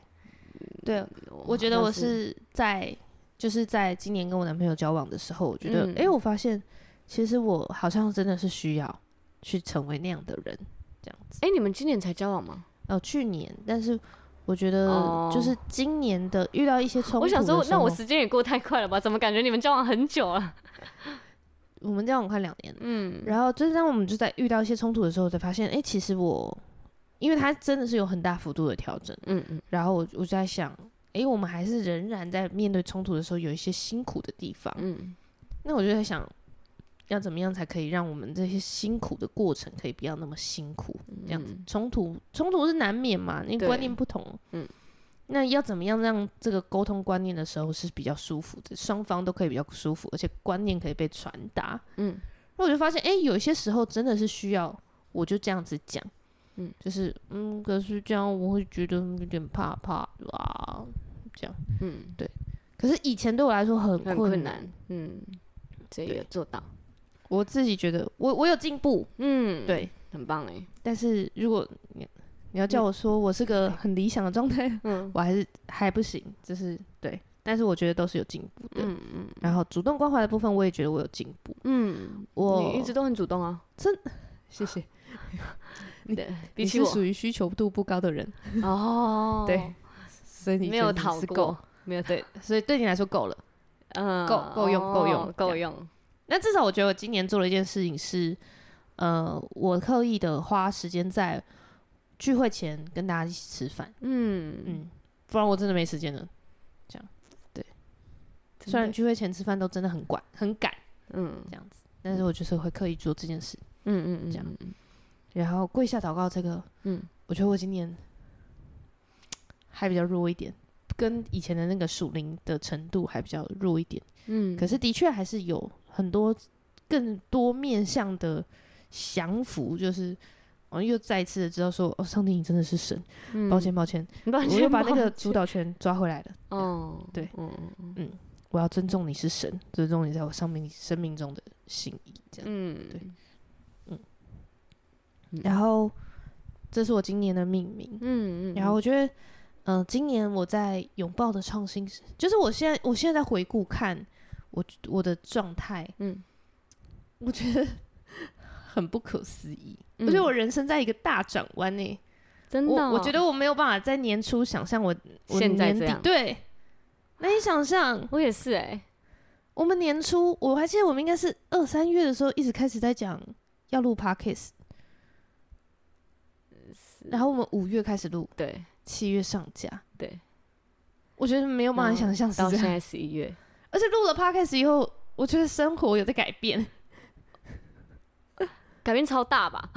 对，我觉得好我像嗯是是在就是在今年跟我男朋友交往的时候，我觉得，哎、嗯我发现其实我好像真的是需要去成为那样的人，这样子。哎、你们今年才交往吗？哦，去年，但是我觉得哦就是今年的遇到一些冲突我的时候，想说，那我时间也过太快了吧？怎么感觉你们交往很久啊？我们交往快两年了，嗯然后就是当我们就在遇到一些冲突的时候，才发现，哎、其实我，因为他真的是有很大幅度的调整，嗯嗯然后我我就在想，哎、我们还是仍然在面对冲突的时候有一些辛苦的地方，嗯，那我就在想，要怎么样才可以让我们这些辛苦的过程可以不要那么辛苦？这样子嗯冲突冲突是难免嘛，你对观念不同，嗯，那要怎么样让这个沟通观念的时候是比较舒服的，双方都可以比较舒服，而且观念可以被传达，嗯，那我就发现，哎、有一些时候真的是需要，我就这样子讲。嗯，就是嗯，可是这样我会觉得有点怕怕啊啦。嗯，可是以前对我来说很很困困难，嗯，这对也做到，我自己觉得我我有进步，嗯，对，很棒哎、但是如果你你要叫我说我是个很理想的状态，嗯 我还是还不行，就是对。但是我觉得都是有进步的。嗯嗯然后主动关怀的部分，我也觉得我有进步。嗯，我你一直都很主动啊，谢谢，比你起是我属于需求度不高的人，哦，对，所以你没有觉得你逃是过够，，没有对，所以对你来说够了。嗯，够够用够用哦够用，那至少我觉得我今年做了一件事情是，呃，我刻意的花时间在聚会前跟大家一起吃饭，嗯嗯，不然我真的没时间了。虽然真的聚会前吃饭都真的很管很赶，嗯这样子，但是我就是会刻意做这件事。嗯嗯这样嗯嗯然后跪下祷告这个，嗯，我觉得我今年还比较弱一点，跟以前的那个属灵的程度还比较弱一点。嗯，可是的确还是有很多更多面向的降服，就是我又再一次的知道说，哦，上帝你真的是神，嗯抱歉抱歉，抱我又歉把那个抱主导权抓回来了。歉哦，对嗯嗯嗯我要尊重你是神，尊重你在我生命生命中的心意，这样。嗯对嗯对，然后，这是我今年的命名。嗯嗯，然后我觉得，嗯、今年我在拥抱的创新是，就是我现在我现在在回顾看我我的状态，嗯我觉得很不可思议。嗯我觉得我人生在一个大转弯呢。真的我哦、我觉得我没有办法在年初想象我我现在年这底样对，难以想象。我也是哎、我们年初我还记得我们应该是二三月的时候一直开始在讲要录 podcast，然后我们五月开始录，对七月上架。对，嗯我觉得没有办法想象是到这现样，在十一月，而且录了 podcast 以后，我觉得生活有在改变。改变超大吧？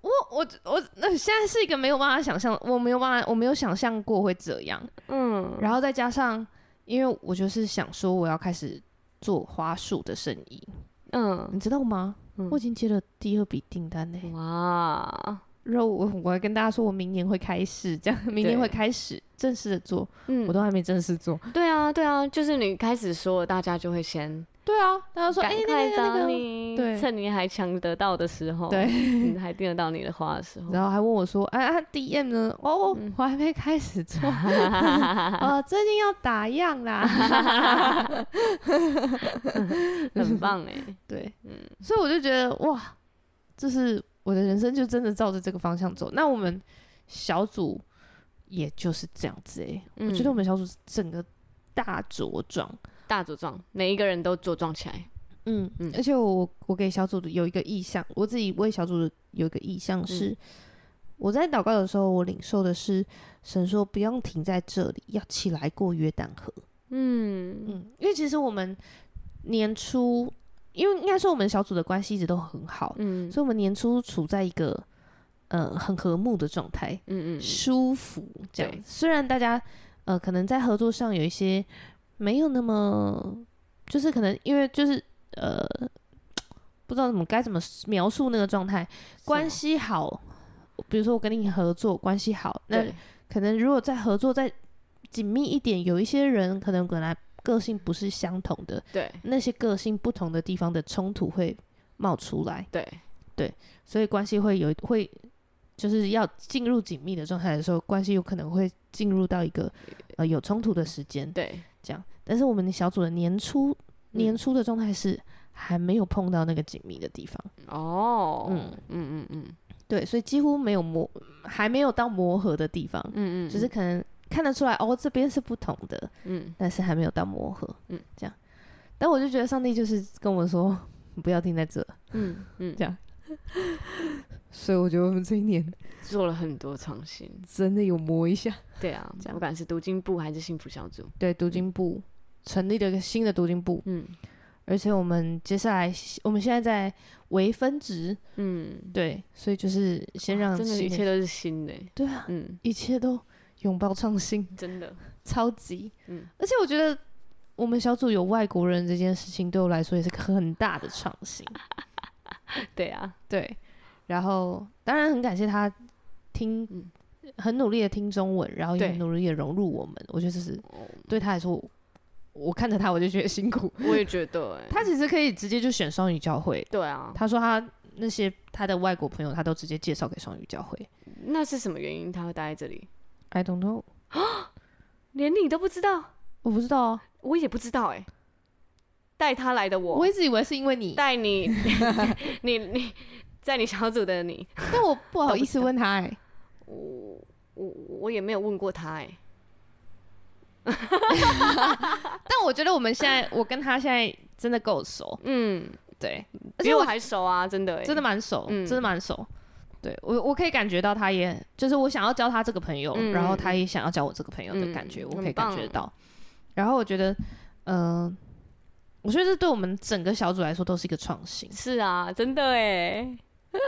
我我我，那现在是一个没有办法想象，我没有办法，我没有想象过会这样。嗯，然后再加上，因为我就是想说我要开始做花束的生意，嗯，你知道吗？嗯我已经接了第二笔订单嘞、哇，然后我我还跟大家说，我明年会开始，这样明年会开始正式的做，嗯我，都还没正式做。对啊，对啊，就是你开始说，大家就会先对啊，大家说，哎、赶那快个那找个，你，对趁你还抢得到的时 候，对，你还订得到你的花的时 候， 然后还问我说，哎啊，DM 呢？哦，嗯我还没开始 做，哦，最近要打样啦。 很棒哎、对，所以我就觉得哇，就是我的人生就真的照着这个方向走。那我们小组也就是这样子哎、嗯我觉得我们小组整个大茁壮，大茁壮，每一个人都茁壮起来，嗯嗯而且我我给小组有一个意向，我自己为小组有一个意向是。嗯我在祷告的时候，我领受的是神说不用停在这里，要起来过约旦河。嗯嗯，因为其实我们年初，因为应该说我们小组的关系一直都很好，嗯所以我们年初处在一个呃很和睦的状态，嗯嗯，舒服这样对子。虽然大家呃可能在合作上有一些没有那么，就是可能因为就是呃不知道怎么该怎么描述那个状态，关系好。比如说我跟你合作关系好，那对可能如果在合作再紧密一点，有一些人可能本来个性不是相同的，对那些个性不同的地方的冲突会冒出来。对，所以关系会有会就是要进入紧密的状态的时候，关系有可能会进入到一个呃有冲突的时间对，这样。但是我们小组的年初嗯年初的状态是还没有碰到那个紧密的地方，哦，嗯嗯嗯嗯对，所以几乎没有磨，还没有到磨合的地方，嗯嗯，就是可能看得出来哦，这边是不同的，嗯但是还没有到磨合，嗯嗯，这样。但我就觉得上帝就是跟我说， 不要停在这，嗯嗯，这样。 所以我觉得我们这一年做了很多创新，真的有磨一下。对啊，这样不管是读经部还是幸福小组，对读经部成立了一个新的读经部，嗯而且我们接下来我们现在在微分值，嗯，对，所以就是先让真的，新一切都是新的欸，对啊，嗯，一切都拥抱创新，真的，超级嗯，而且我觉得我们小组有外国人这件事情对我来说也是个很大的创新，对啊，对，然后当然很感谢他听。嗯很努力的听中文，然后也对很努力的融入我们，我觉得这是哦对他来说，我我看着他我就觉得辛苦。我也觉得，哎，他其实可以直接就选双语教会，对啊，他说他那些他的外国朋友，他都直接介绍给双语教会。那是什么原因他会待在这里？ I don't know，连你都不知道，我不知道啊，我也不知道，哎，带他来的我我，一直以为是因为你，带你， 你你在你小组的你，但我不好意思问他、哎，我我我也没有问过他，哎，但我觉得我们现在，我跟他现在真的够熟，嗯，对，而比且我我还熟啊，真的，哎真的，蛮熟，嗯真的蛮熟。对我，我可以感觉到他也，就是我想要交他这个朋友，嗯然后他也想要交我这个朋友的感觉，嗯我可以很棒感觉到。然后我觉得，嗯、我觉得这对我们整个小组来说都是一个创新，是啊，真的，哎，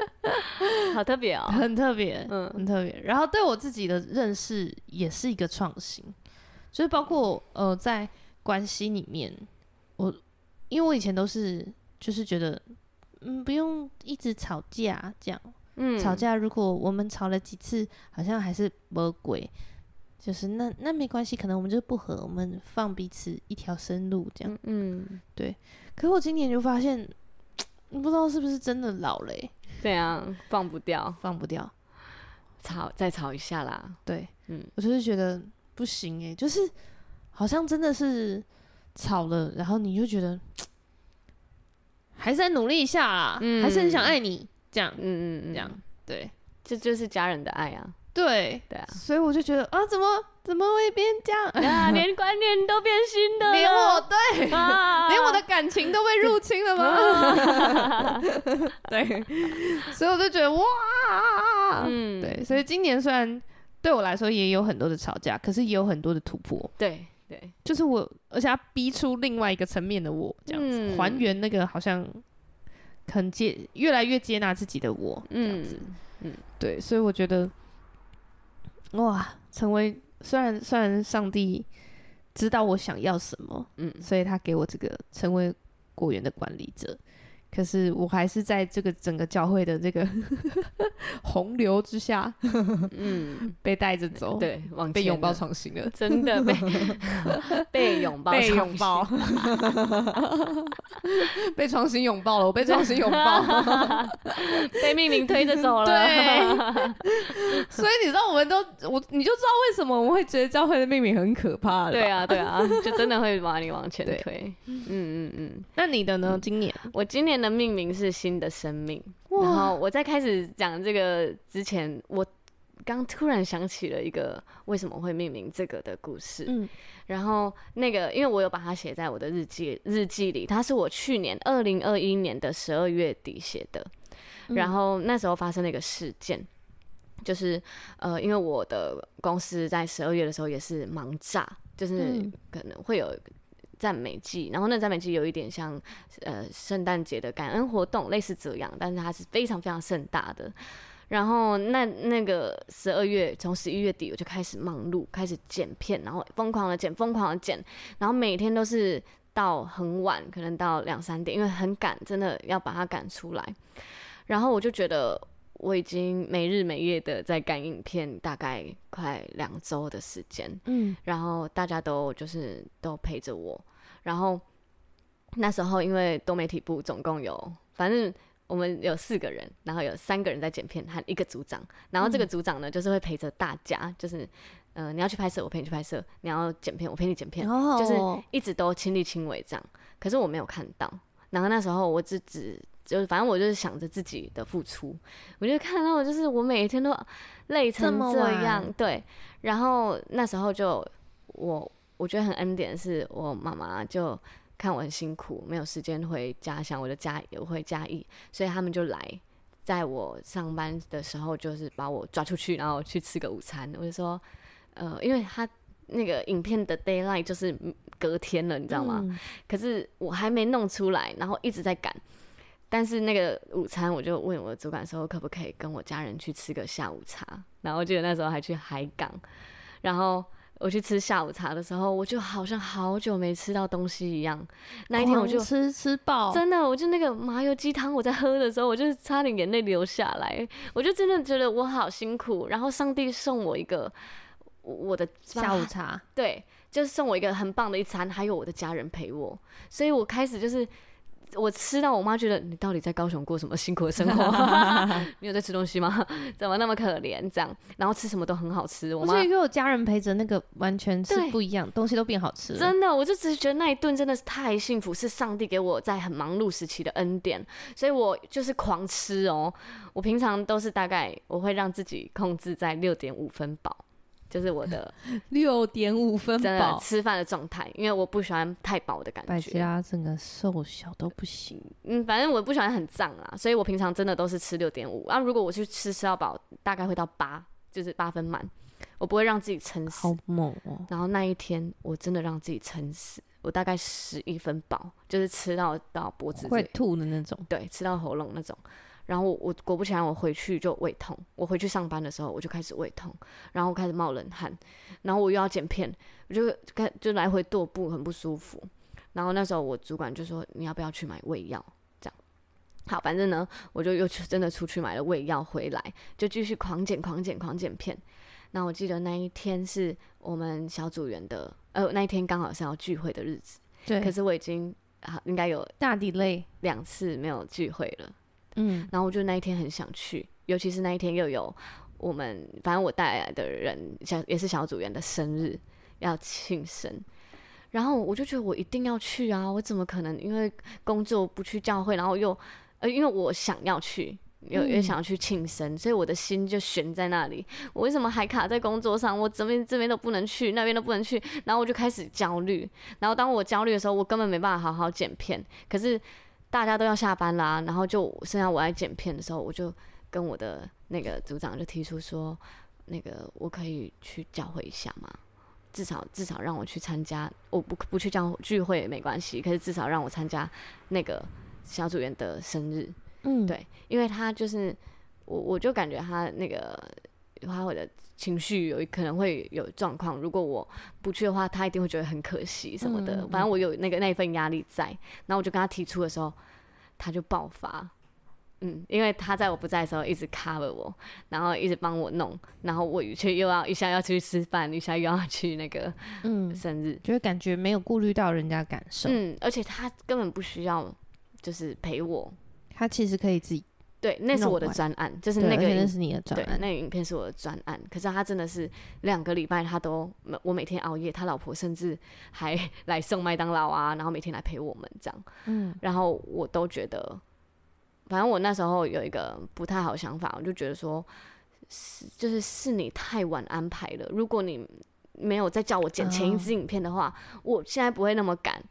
好特别 哦，很特别，嗯很特别。然后对我自己的认识也是一个创新，就是包括呃，在关系里面，我因为我以前都是就是觉得，嗯，不用一直吵架这样，嗯，吵架如果我们吵了几次，好像还是魔鬼。就是那那没关系，可能我们就是不合，我们放彼此一条生路这样。嗯嗯，可我今年就发现，不知道是不是真的老了欸、这样啊放不掉，放不掉。吵再吵一下啦。对，嗯我就是觉得不行哎、就是好像真的是吵了，然后你就觉得还是再努力一下啦，嗯还是很想爱你，这样嗯嗯这嗯，样，对这就是家人的爱啊，对，，对啊所以我就觉得啊，怎么怎么会变这样，啊，连观念都变新的了，连我对，啊，连我的感情都被入侵 了吗？对，所以我就觉得哇，嗯，对，所以今年虽然对我来说也有很多的吵架，可是也有很多的突破，对对，就是我，而且它逼出另外一个层面的我，这样子、嗯还原那个好像很接越来越接纳自己的我，这样子。嗯，对，所以我觉得，哇，成为虽然虽然上帝知道我想要什么，嗯所以他给我这个成为果园的管理者，可是我还是在这个整个教会的这个 洪流之下嗯，被带着走，，对，往哦被前拥抱了床醒了。真的被被拥抱，，被拥抱，被床醒拥抱了，我被床醒拥抱。 被命令推着走了。对， 所以你知道，我们都我你就知道为什么我们会觉得教会的命名很可怕了。对，啊，对啊，就真的会把你往前对推。嗯嗯嗯，那你的呢？今年我今年的命名是新的生命。然后我在开始讲这个之前，我刚突然想起了一个为什么会命名这个的故事。嗯然后那个，因为我有把它写在我的日记日记里，它是我去年二零二一年的十二月底写的。然后那时候发生了一个事件，就是呃，因为我的公司在十二月的时候也是忙炸，就是嗯可能会有赞美季，然后那赞美季有一点像呃圣诞节的感恩活动，类似这样，但是它是非常非常盛大的。然后那那个十二月，从十一月底我就开始忙碌，开始剪片，然后疯狂的剪，疯狂的剪，然后每天都是到很晚，可能到两三点，因为很赶，真的要把它赶出来。然后我就觉得我已经没日没夜的在赶影片，大概快两周的时间。嗯然后大家都就是都陪着我，然后那时候因为多媒体部总共有，反正我们有四个人，然后有三个人在剪片，和一个组长，然后这个组长呢、就是会陪着大家，就是呃你要去拍摄，我陪你去拍摄；你要剪片，我陪你剪片，后就是一直都亲力亲为这样。可是我没有看到，然后那时候我只只就是反正我就是想着自己的付出，我就看到就是我每天都累这成么这晚样，对。然后那时候就我我觉得很恩典的是我妈妈就看我很辛苦，没有时间回家乡，我的家我回家义，所以他们就来。在我上班的时候，就是把我抓出去，然后去吃个午餐。我就说，呃，因为他那个影片的 d a y l i g h t 就是隔天了，你知道吗？？嗯可是我还没弄出来，然后一直在赶。但是那个午餐，我就问我的主管说，可不可以跟我家人去吃个下午茶？然后我记得那时候还去海港，然后我去吃下午茶的时候，我就好像好久没吃到东西一样。那一天我就吃吃爆，真的，我就那个麻油鸡汤，我在喝的时候，我就差点眼泪流下来。我就真的觉得我好辛苦，然后上帝送我一个我我的下午茶，对，就是送我一个很棒的一餐，还有我的家人陪我，所以我开始就是我吃到我妈觉得你到底在高雄过什么辛苦的生活？ 你有在吃东西吗？怎么那么可怜？这样，然后吃什么都很好吃，我我妈觉得有家人陪着，那个完全是对不一样，东西都变好吃了。真的，我就只是觉得那一顿真的是太幸福，是上帝给我在很忙碌时期的恩典，所以我就是狂吃哦。我平常都是大概我会让自己控制在六点五分饱，就是我的六点五分真的，吃饭的状态，因为我不喜欢太饱的感百吉觉。拉整个瘦小都不行。嗯，反正我不喜欢很胀啊，所以我平常真的都是吃六点五啊。如果我去吃吃到饱，大概会到八，就是八分满，我不会让自己撑死好。猛哦！然后那一天我真的让自己撑死，我大概十一分饱，就是吃到到脖子这会里，吐的那种，对，吃到喉咙那种。然后我我果不其然，我回去就胃痛。我回去上班的时候，我就开始胃痛，然后开始冒冷汗，然后我又要剪片，我就开就来回踱步，很不舒服。然后那时候我主管就说：“你要不要去买胃药？”这样，好，反正呢，我就又去真的出去买了胃药回来，就继续狂剪、狂剪、狂剪片。那我记得那一天是我们小组员的，呃，那一天刚好是要聚会的日子，对可可是是我已经啊应该有大 delay，两次没有聚会了。嗯，然后我就那一天很想去，尤其是那一天又有我们，反正我带来的人小也是小组员的生日要庆生，然后我就觉得我一定要去啊，我怎么可能因为工作不去教会，然后又呃，因为我想要去，有也想要去庆生，所以我的心就悬在那里。我为什么还卡在工作上？我这边这边都不能去，那边都不能去，然后我就开始焦虑。然后当我焦虑的时候，我根本没办法好好剪片。可是大家都要下班啦，然后就剩下我来剪片的时候，我就跟我的那个组长就提出说，那个我可以去教会一下吗？至少至少让我去参加，我不不去教聚会也没关系，可是至少让我参加那个小组员的生日。嗯，对，因为他就是我，我就感觉他那个他我的情绪有可能会有状况，如果我不去的话，他一定会觉得很可惜什么的。嗯嗯反正我有那个那一份压力在，然后我就跟他提出的时候，他就爆发。嗯，因为他在我不在的时候一直 cover 我，然后一直帮我弄，然后我却又要一下要去吃饭，一下又要去那个嗯，生日，就是感觉没有顾虑到人家感受，嗯，而且他根本不需要就是陪我，他其实可以自己对，那是弄我的完专案，就是对那而个且影那是你的专对，案，那个影片是我的专案，可是他真的是两个礼拜，他都我每天熬夜，他老婆甚至还 来送麦当劳啊，然后每天来陪我们这样，嗯，然后我都觉得，反正我那时候有一个不太好想法，我就觉得说，是就是是你太晚安排了，如果你没有再叫我剪前一哦支影片的话，我现在不会那么赶。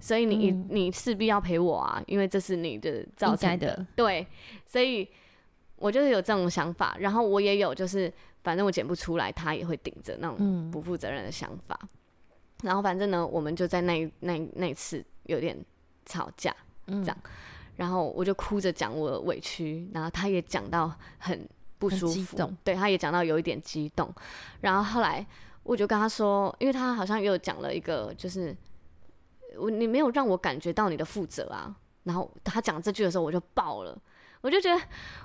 所以你、嗯你势必要陪我啊，因为这是你的造应该成的，对，所以我就是有这种想法，然后我也有就是，反正我剪不出来，他也会顶着那种嗯不负责任的想法。然后反正呢，我们就在那一那一那一次有点吵架，嗯这样然后我就哭着讲我的委屈，然后他也讲到很不很舒激服动，对，他也讲到有一点激动。然后后来我就跟他说，因为他好像也有讲了一个，就是我你没有让我感觉到你的负责啊。然后他讲这句的时候，我就爆了，我就觉得，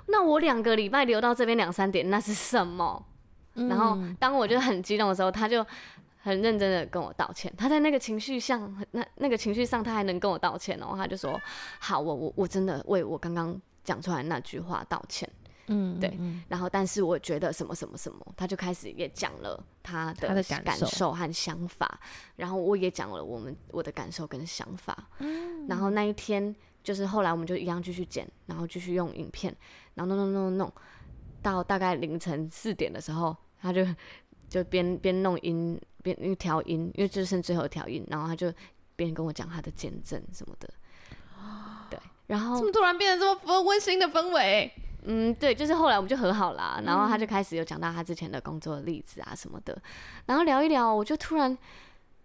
那我两个礼拜留到这边两三点，那是什么？然后嗯当我觉得很激动的时候，他就很认真的跟我道歉。他在那个情绪上，那那个情绪上，他还能跟我道歉哦。他就说：“好，我我我真的为我刚刚讲出来那句话道歉。嗯，对嗯，”然后，但是我觉得什么什么什么，他就开始也讲了他的他的感受受和想法，然后我也讲了我们我的感受跟想法。嗯然后那一天就是后来我们就一样继续剪，然后继续用影片，然后弄弄弄弄弄，到大概凌晨四点的时候，他就 就边边弄音边因为调音，因为就剩最后一条音，然后他就边跟我讲他的见证什么的，对，然后怎么突然变得这么温温馨的氛围？嗯，对，就是后来我们就和好啦，然后嗯他就开始有讲到他之前的工作的例子啊什么的，然后聊一聊，我就突然，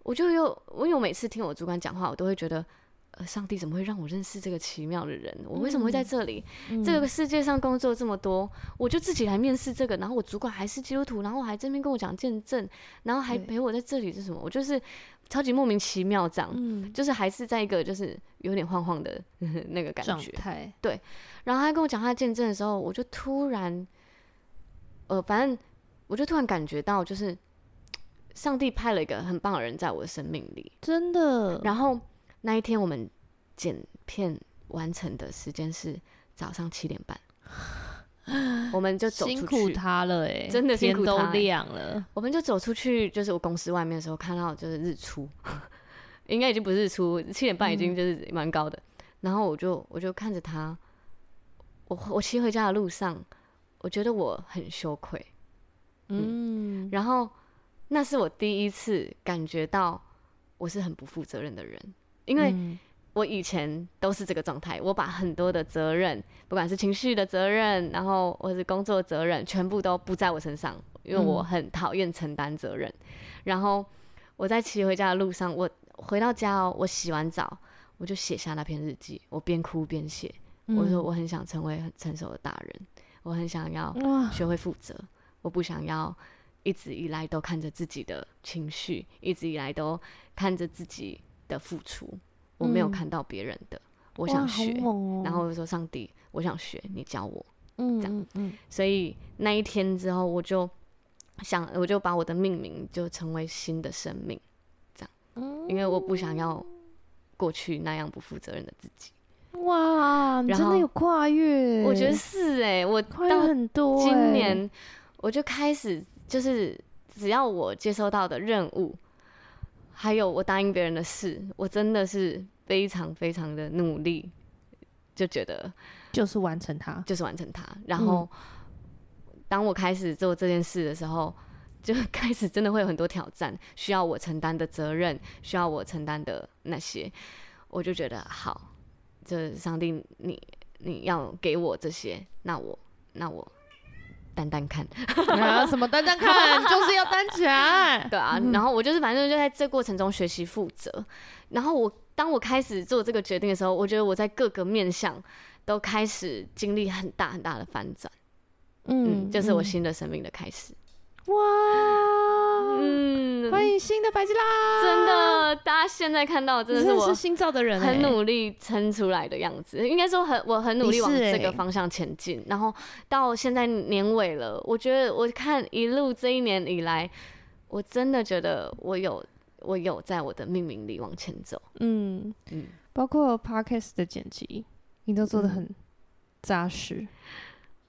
我就又，我有每次听我主管讲话，我都会觉得，呃，上帝怎么会让我认识这个奇妙的人？我为什么会在嗯这里？这个世界上工作这么多，我就自己来面试这个，然后我主管还是基督徒，然后还这边跟我讲见证，然后还对陪我在这里是什么？我就是超级莫名其妙这样，嗯，就是还是在一个就是有点晃晃的 那个感状觉。态，然后他跟我讲他的见证的时候，我就突然，呃，反正我就突然感觉到，就是上帝派了一个很棒的人在我的生命里。真的，然后那一天我们剪片完成的时间是早上七点半， 我们就走辛出苦去，他了哎，真的辛天苦都他欸亮了，我们就走出去，就是我公司外面的时候看到就是日出， 应该已经不是日出，七点半已经就是蛮高的。然后我就我就看着他，我我骑回家的路上，我觉得我很羞愧。嗯，然后那是我第一次感觉到我是很不负责任的人，因为嗯我以前都是这个状态，我把很多的责任，不管是情绪的责任，然后或是工作责任，全部都不在我身上，因为我嗯很讨厌承担责任。然后我在骑回家的路上，我回到家哦，我洗完澡，我就写下那篇日记，我边哭边写，嗯我说我很想成为很成熟的大人，我很想要嗯哇，学会负责，我不想要一直以来都看着自己的情绪，一直以来都看着自己的付出，我没有嗯看到别人的，我我想学。猛哦，然后我就说：“上帝，我想学，你教我。嗯这样嗯嗯”所以那一天之后，我就想，我就把我的命名就成为新的生命，嗯，因为我不想要过去那样不负责任的自己。嗯哇，你然真后的有跨越欸，我觉得是哎、我跨越到很多欸，今年我就开始，就是只要我接收到的任务，还有我答应别人的事，我真的是非常非常的努力，就觉得就是完 成它。就是完成它。然后，当我开始做这件事的时候，就开始真的会有很多挑战，需要我承担的责任，需要我承担的那些，我就觉得好，这上帝你你要给我这些，那我那我单单看，啊，什么单单看，就是要单起 来。对啊，然后我就是反正就在这过程中学习负责。然后我当我开始做这个决定的时候，我觉得我在各个面向都开始经历很大很大的翻转，嗯，就是我新的生命的开始。哇，嗯，哦欢迎新的白吉拉，真的，大家现在看到你真的真是的是我新造的人欸，很努力撑出来的样子，应该说很我很努力往你是欸这个方向前进。然后到现在年尾了，我觉得我看一路这一年以来，我真的觉得我有我有在我的命名里往前走。嗯嗯，包括 podcast 的剪辑，你都做的很扎实，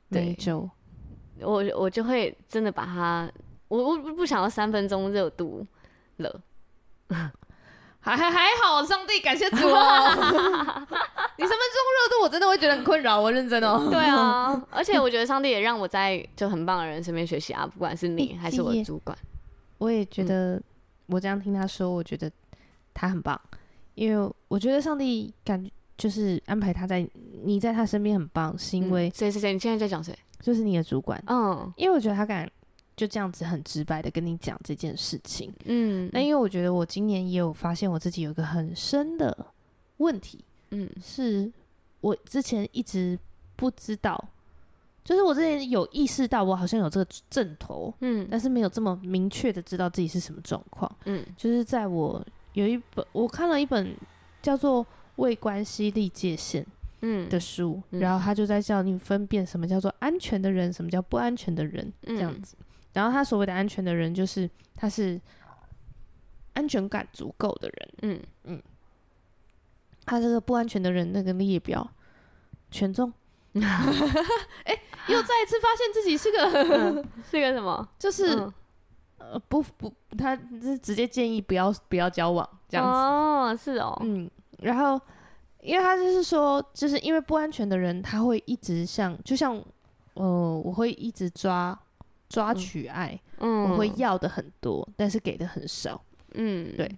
对每一周。我我就会真的把它，我我不想要三分钟热度了。还还还好，上帝感 谢主哦！你三分钟热度，我真的会觉得很困扰，我认真 哦。对啊， 而且我觉得上帝也让我在就很棒的人身边学习啊，不管是 你还是我的主管。我也觉得，我这样听他说，我觉得他很棒，因为我觉得上帝感就是安排他在你在他身边很棒，是因为嗯谁谁谁，你现在在讲谁？就是你的主管，嗯因为我觉得他敢就这样子很直白的跟你讲这件事情。嗯，那因为我觉得我今年也有发现我自己有一个很深的问题，嗯是我之前一直不知道，就是我之前有意识到我好像有这个症头，嗯但是没有这么明确的知道自己是什么状况。嗯就是在我有一本我看了一本叫做《为关系立界限》嗯的书，嗯然后他就在教你分辨什么叫做安全的人，什么叫不安全的人这 这样子。然后他所谓的安全的人，就是他是安全感足够的人。嗯他这个不安全的人那个列表全中。哎、又再一次发现自己是个， 是个什么？ 就是、嗯呃不不，他是直接建议不要不要交往这样子。哦，是哦，嗯，然后因为他就是说，就是因为不安全的人，他会一直像，就像呃，我会一直抓抓取爱，嗯，我会要的很多，但是给的很少。嗯对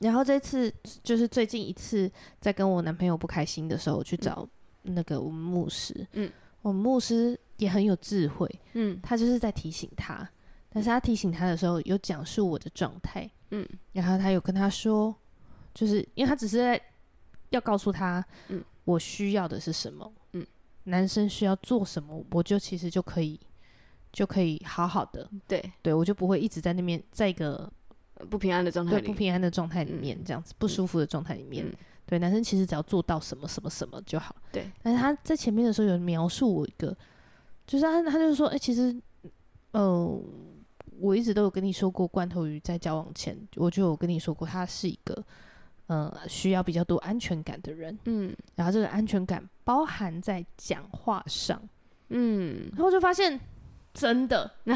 然后这次就是最近一次在跟我男朋友不开心的时候，我去找那个我们牧师，嗯，我们牧师也很有智慧，嗯他就是在提醒他，但是他提醒他的时候有讲述我的状态，嗯，然后他有跟他说，就是因为他只是在要告诉他，嗯，我需要的是什么，嗯，男生需要做什么，我就其实就可以就可以好好的，对，对我就不会一直在那边在一个不平安的状态对里不，平安的状态里面，这样子不舒服的状态里面，嗯对男生其实只要做到什么什么什么就好。对，但是他在前面的时候有描述我一个，就是他他就说，哎、其实，呃，我一直都有跟你说过，罐头鱼在交往前，我就有跟你说过，他是一个呃需要比较多安全感的人，嗯然后这个安全感包含在讲话上，嗯 啊然后我就发现。真的，就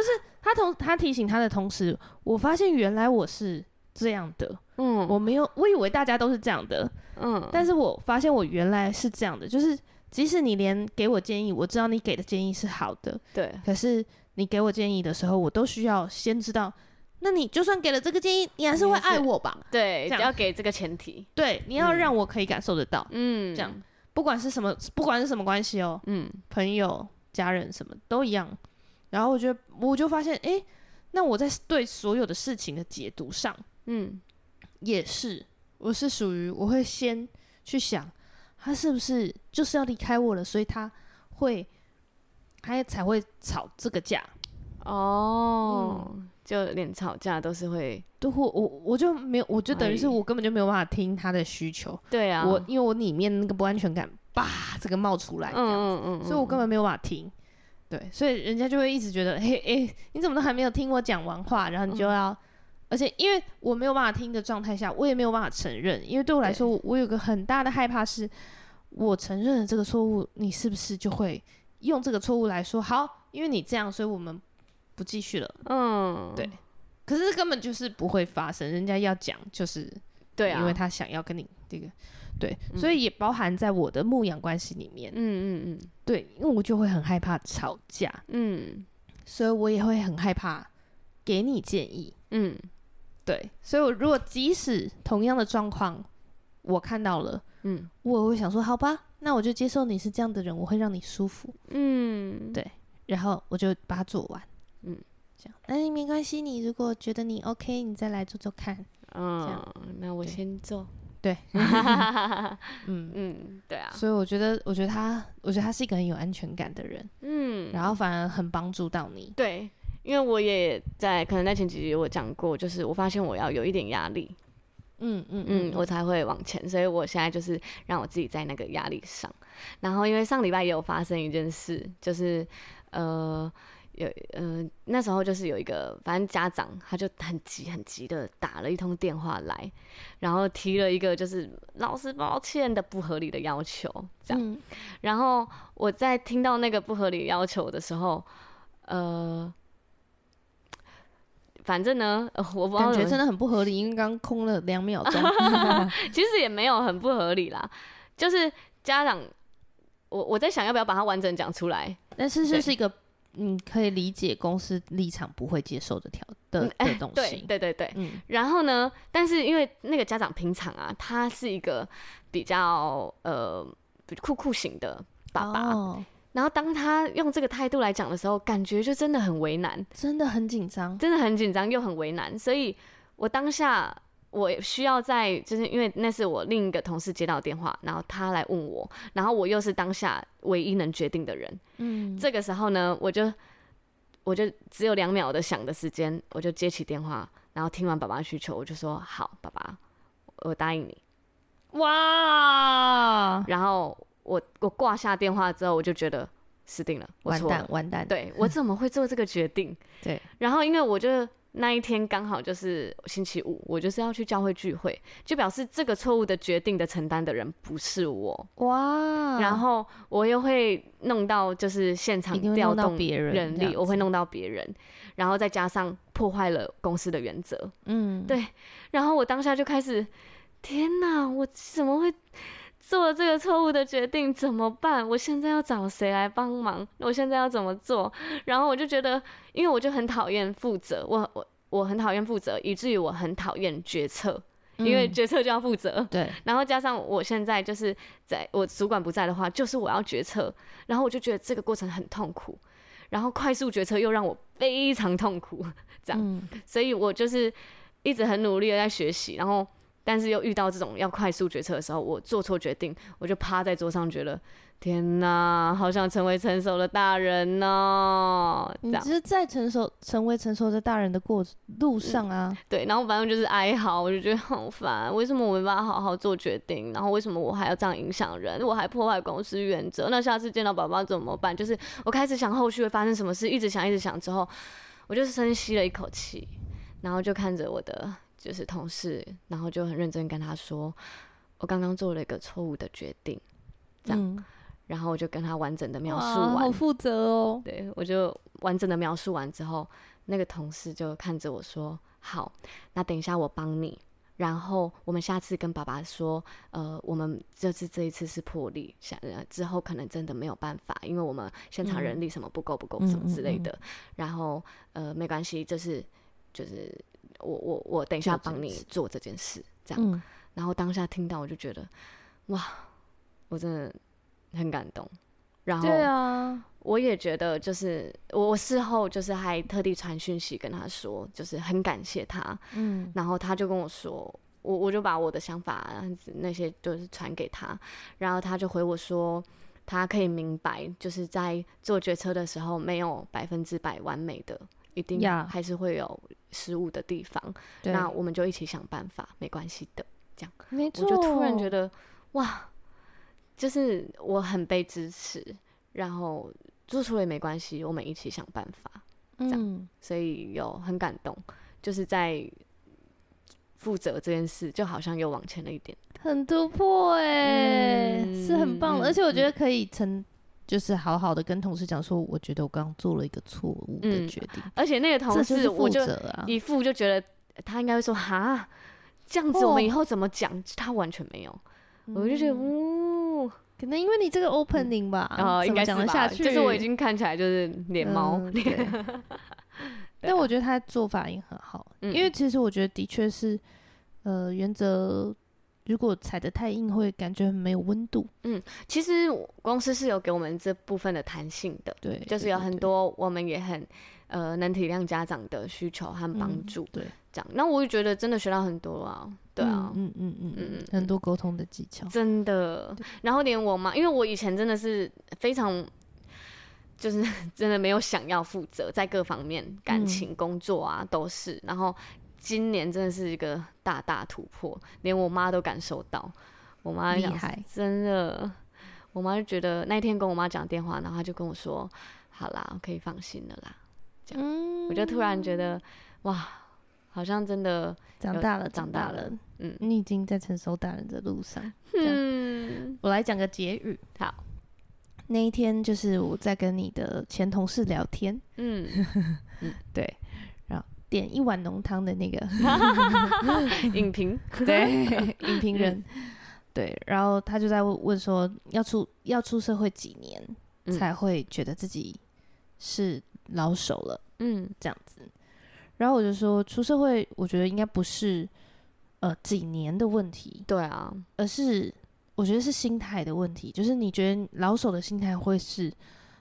是他同他提醒他的同时，我发现原来我是这样的，嗯我没有，我以为大家都是这样的，嗯，但是我发现我原来是这样的，就是即使你连给我建议，我知道你给的建议是好的，对，可是你给我建议的时候，我都需要先知道，那你就算给了这个建议，你还是嗯会爱我吧？对，这样要给这个前提，对，你要让我可以感受得到，嗯，这样，不管是什么，不管是什么关系哦，嗯朋友、家人什么都一样。然后我觉得，我就发现，诶，那我在对所有的事情的解读上，嗯也是，我是属于我会先去想，他是不是就是要离开我了，所以他会，他才会吵这个架。哦，就连吵架都是会，都或我我就没有，我就等于是哎我根本就没有办法听他的需求，对啊，我因为我里面那个不安全感叭这个冒出嗯来，这样嗯嗯，所以我根本本没有办法听。对，所以人家就会一直觉得，嘿，诶、你怎么都还没有听我讲完话，然后你就嗯要，而且因为我没有办法听的状态下，我也没有办法承认，因为对我来说，我我有个很大的害怕是，我承认了这个错误，你是不是就会用这个错误来说，好，因为你这样，所以我们不继续了。嗯对可是根本就是不会发生，人家要讲就是对啊，因为他想要跟你这个对，所以也包含在我的牧养关系里面。嗯嗯对，因为我就会很害怕吵架，嗯所以我也会很害怕给你建议。嗯对，所以我如果即使同样的状况，我看到了，嗯我会想说，好吧，那我就接受你是这样的人，我会让你舒服，嗯，对然后我就把它做完。嗯嗯，这样，哎，没关系，你如果觉得你 OK，你再来做做看。嗯，那我对先做，对嗯嗯，对啊，所以我觉得，我觉得他，我觉得他是一个很有安全感的人，嗯，然后反而很帮助到你。对，因为我也在可能在前几集我讲过，就是我发现我要有一点压力，嗯嗯嗯，我才会往前，所以我现在就是让我自己在那个压力上。然后因为上礼拜也有发生一件事，就是呃有呃那时候就是有一个反正家长他就很急很急的打了一通电话来，然后提了一个就是老师抱歉的不合理的要求这样。嗯然后我在听到那个不合理要求的时候，呃，反正呢，呃我不知道感怎觉么真的很不合理，因为刚空了两秒 钟。其实也没有很不合理啦，就是家长，我我在想要不要把它完整讲出来，但是这对是一个嗯，可以理解公司立场不会接受的条的的东嗯哎对西。对对对。嗯然后呢，但是因为那个家长平常啊，他是一个比较呃比酷酷型的爸爸，哦、然后当他用这个态度来讲的时候，感觉就真的很为难。真的很紧张。真的很紧张又很为难，所以我当下我需要在，就是因为那是我另一个同事接到电话，然后他来问我，然后我又是当下唯一能决定的人，嗯，这个时候呢，我就我就只有两秒的想的时间，我就接起电话，然后听完爸爸的需求，我就说好，爸爸，我答应你。哇，然后我我挂下电话之后，我就觉得死定了，我完错了蛋，完蛋。对我怎么会做这个决定？ 对，然后因为我就那一天刚好就是星期五，我就是要去教会聚会，就表示这个错误的决定的承担的人不是我，哇，然后我又会弄到就是现场嗯一定会调弄到动别人人这样力，我会弄到别人，然后再加上破坏了公司的原则，嗯，对然后我当下就开始，天哪，我怎么会做了这个错误的决定？怎么办？我现在要找谁来帮忙？我现在要怎么做？然后我就觉得，因为我就很讨厌负责，我我我很讨厌负责，以至于我很讨厌决策，因为嗯决策就要负责。对，然后加上我现在就是在我主管不在的话，就是我要决策，然后我就觉得这个过程很痛苦，然后快速决策又让我非常痛苦。这样嗯所以我就是一直很努力的在学习，然后但是又遇到这种要快速决策的时候，我做错决定，我就趴在桌上，觉得天哪，好想成为成熟的大人哦，这你样只是在成熟成为成熟的大人的过路上啊，对，然后反正就是哀嚎，我就觉得好烦，为什么我没办法好好做决定？然后为什么我还要这样影响人？我还破坏公司原则？那下次见到宝宝怎么办？就是我开始想后续会发生什么事，一直想，一直想之后，我就深吸了一口气，然后就看着我的就是同事，然后就很认真跟他说，我刚刚做了一个错误的决定，这样嗯然后我就跟他完整的描述哇好完，负责哦。对我就完整的描述完之后，那个同事就看着我说：“好，那等一下我帮你。”然后我们下次跟爸爸说，呃，我们这次这一次是破例，下呃之后可能真的没有办法，因为我们现场人力什么不够不够嗯什么之类嗯嗯的。然后呃，没关系，就是就是我我我等一下做这帮件你事做这件事，这样。嗯，然后当下听到我就觉得，哇，我真的很感动。然后对啊，我也觉得，就是我我事后就是还特地传讯息跟他说，就是很感谢他，嗯然后他就跟我说，我我就把我的想法啊那些就是传给他，然后他就回我说，他可以明白，就是在做决策的时候没有百分之百完美的，一定 Yeah 还是会有失误的地方，对，那我们就一起想办法，没关系的。没我错，就突然觉得，哇，就是我很被支持，然后做错了也没关系，我们一起想办法，样嗯。所以有很感动，就是在负责这件事，就好像又往前了一点。很突破哎、嗯是很棒嗯的，而且我觉得可以承，就是好好的跟同事讲说，我觉得我刚刚做了一个错误的嗯决定，而且那个同这就事，是我负就责啊。一副就觉得他应该会说哈，这样子我们以后怎么讲？他完全没有，我就觉得哦嗯呜，可能因为你这个 opening 吧，然后怎应么该是讲得吧下去，就是我已经看起来就是脸毛嗯脸， 啊对但我觉得他做法也很好，嗯因为其实我觉得的确是，呃，原则如果踩得太硬，会感觉很没有温度。其实我公司是有给我们这部分的弹性的，对，就是对有对很对多我们也很呃能体谅家长的需求和帮嗯助对，这样。那我就觉得真的学到很多啊，对啊，嗯嗯嗯嗯嗯嗯，很多沟通的技巧。真的。然后连我妈，因为我以前真的是非常，就是 真的没有想要负责，在各方面，感嗯情、工作啊都是。然后今年真的是一个大大突破，连我妈都感受到。我妈厉讲害，真的，我妈就觉得那一天跟我妈讲电话，然后她就跟我说：“好啦，我可以放心了啦。”嗯我就突然觉得，哇，好像真的，长有大了，长大大了，嗯你已经在成熟大人的路上。这样嗯，我来讲个结语。好，那一天就是我在跟你的前同事聊天， 嗯，对，然后点一碗浓汤的那个影评， 对，影评人，对，然后他就在问问说，要出要出社会几年、嗯才会觉得自己是老手了嗯。这样子？然后我就说，出社会我觉得应该不是呃几年的问题，对啊，而是我觉得是心态的问题，就是你觉得老手的心态会是，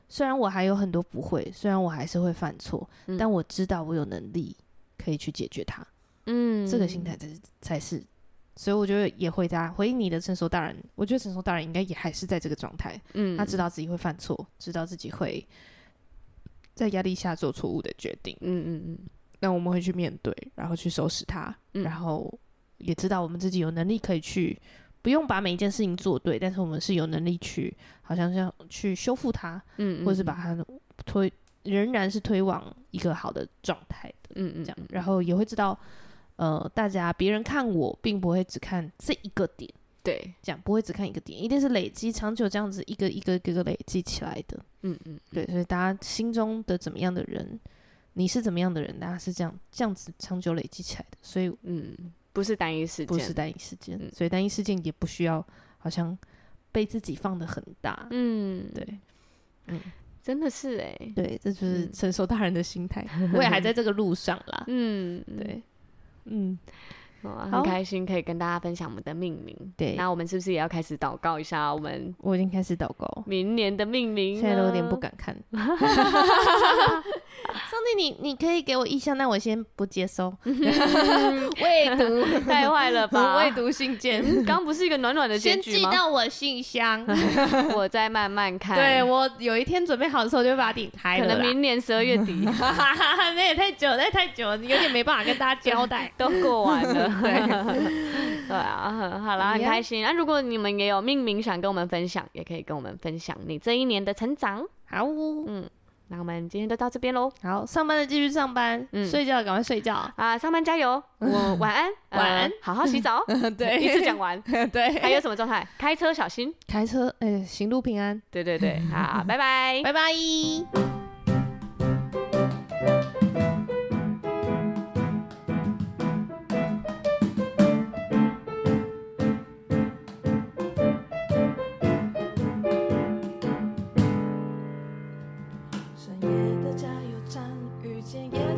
虽然我还有很多不会，虽然我还是会犯错，嗯但我知道我有能力可以去解决它。嗯，这个心态才是才是。所以我觉得也回答回应你的成熟大人，我觉得成熟大人应该也还是在这个状态，嗯，他知道自己会犯错，知道自己会在压力下做错误的决定，嗯，嗯嗯那我们会去面对，然后去收拾它，嗯，然后也知道我们自己有能力可以去，不用把每一件事情做对，但是我们是有能力去，好像是要去修复它，嗯，嗯或是把，它推，仍然是推往一个好的状态的。嗯嗯，这样嗯，然后也会知道，呃，大家别人看我，并不会只看这一个点，对，这样不会只看一个点，一定是累积长久这样子一个一个一个一个累积起来的。嗯嗯，对，所以大家心中的怎么样的人，你是怎么样的人，大家是这样这样子长久累积起来的，所以嗯，不是单一事件，不是，单一事件，嗯所以单一事件也不需要好像被自己放的很大。嗯，对，真的是哎，对，这就是嗯成熟大人的心态。 我也还在这个路上啦。嗯，对，嗯，哇，好很开心可以跟大家分享我们的命名。对那我们是不是也要开始祷告一下我们我已经开始祷告。明年的命名？现在都有点不。敢 看。上帝你，你可以给我意向，但我先不接 收。未读， 太坏了吧！未读信件，嗯刚不是一个暖暖的结先局寄吗？到我信箱。我再慢慢看。 对，我有一天准备好的时候，就会把它顶开可了能啦。明年十二月底。那也太久，那太久，了，有点没办法跟大家交代都过完了。 对，对啊，很好啦，一很样开心。那、如果你们也有命名想跟我们分享，也可以跟我们分享你这一年的成长。 好哦，那我们今天就到这边喽好，上班的继续上班，嗯。睡觉的赶快睡觉 啊！上班加油，我晚安，呃晚安好好洗 澡，一次讲完。对，还有什么状态？开车小心。开车，哎、行路平安，对对对，好，拜拜。拜拜。深夜的加油站，遇见夜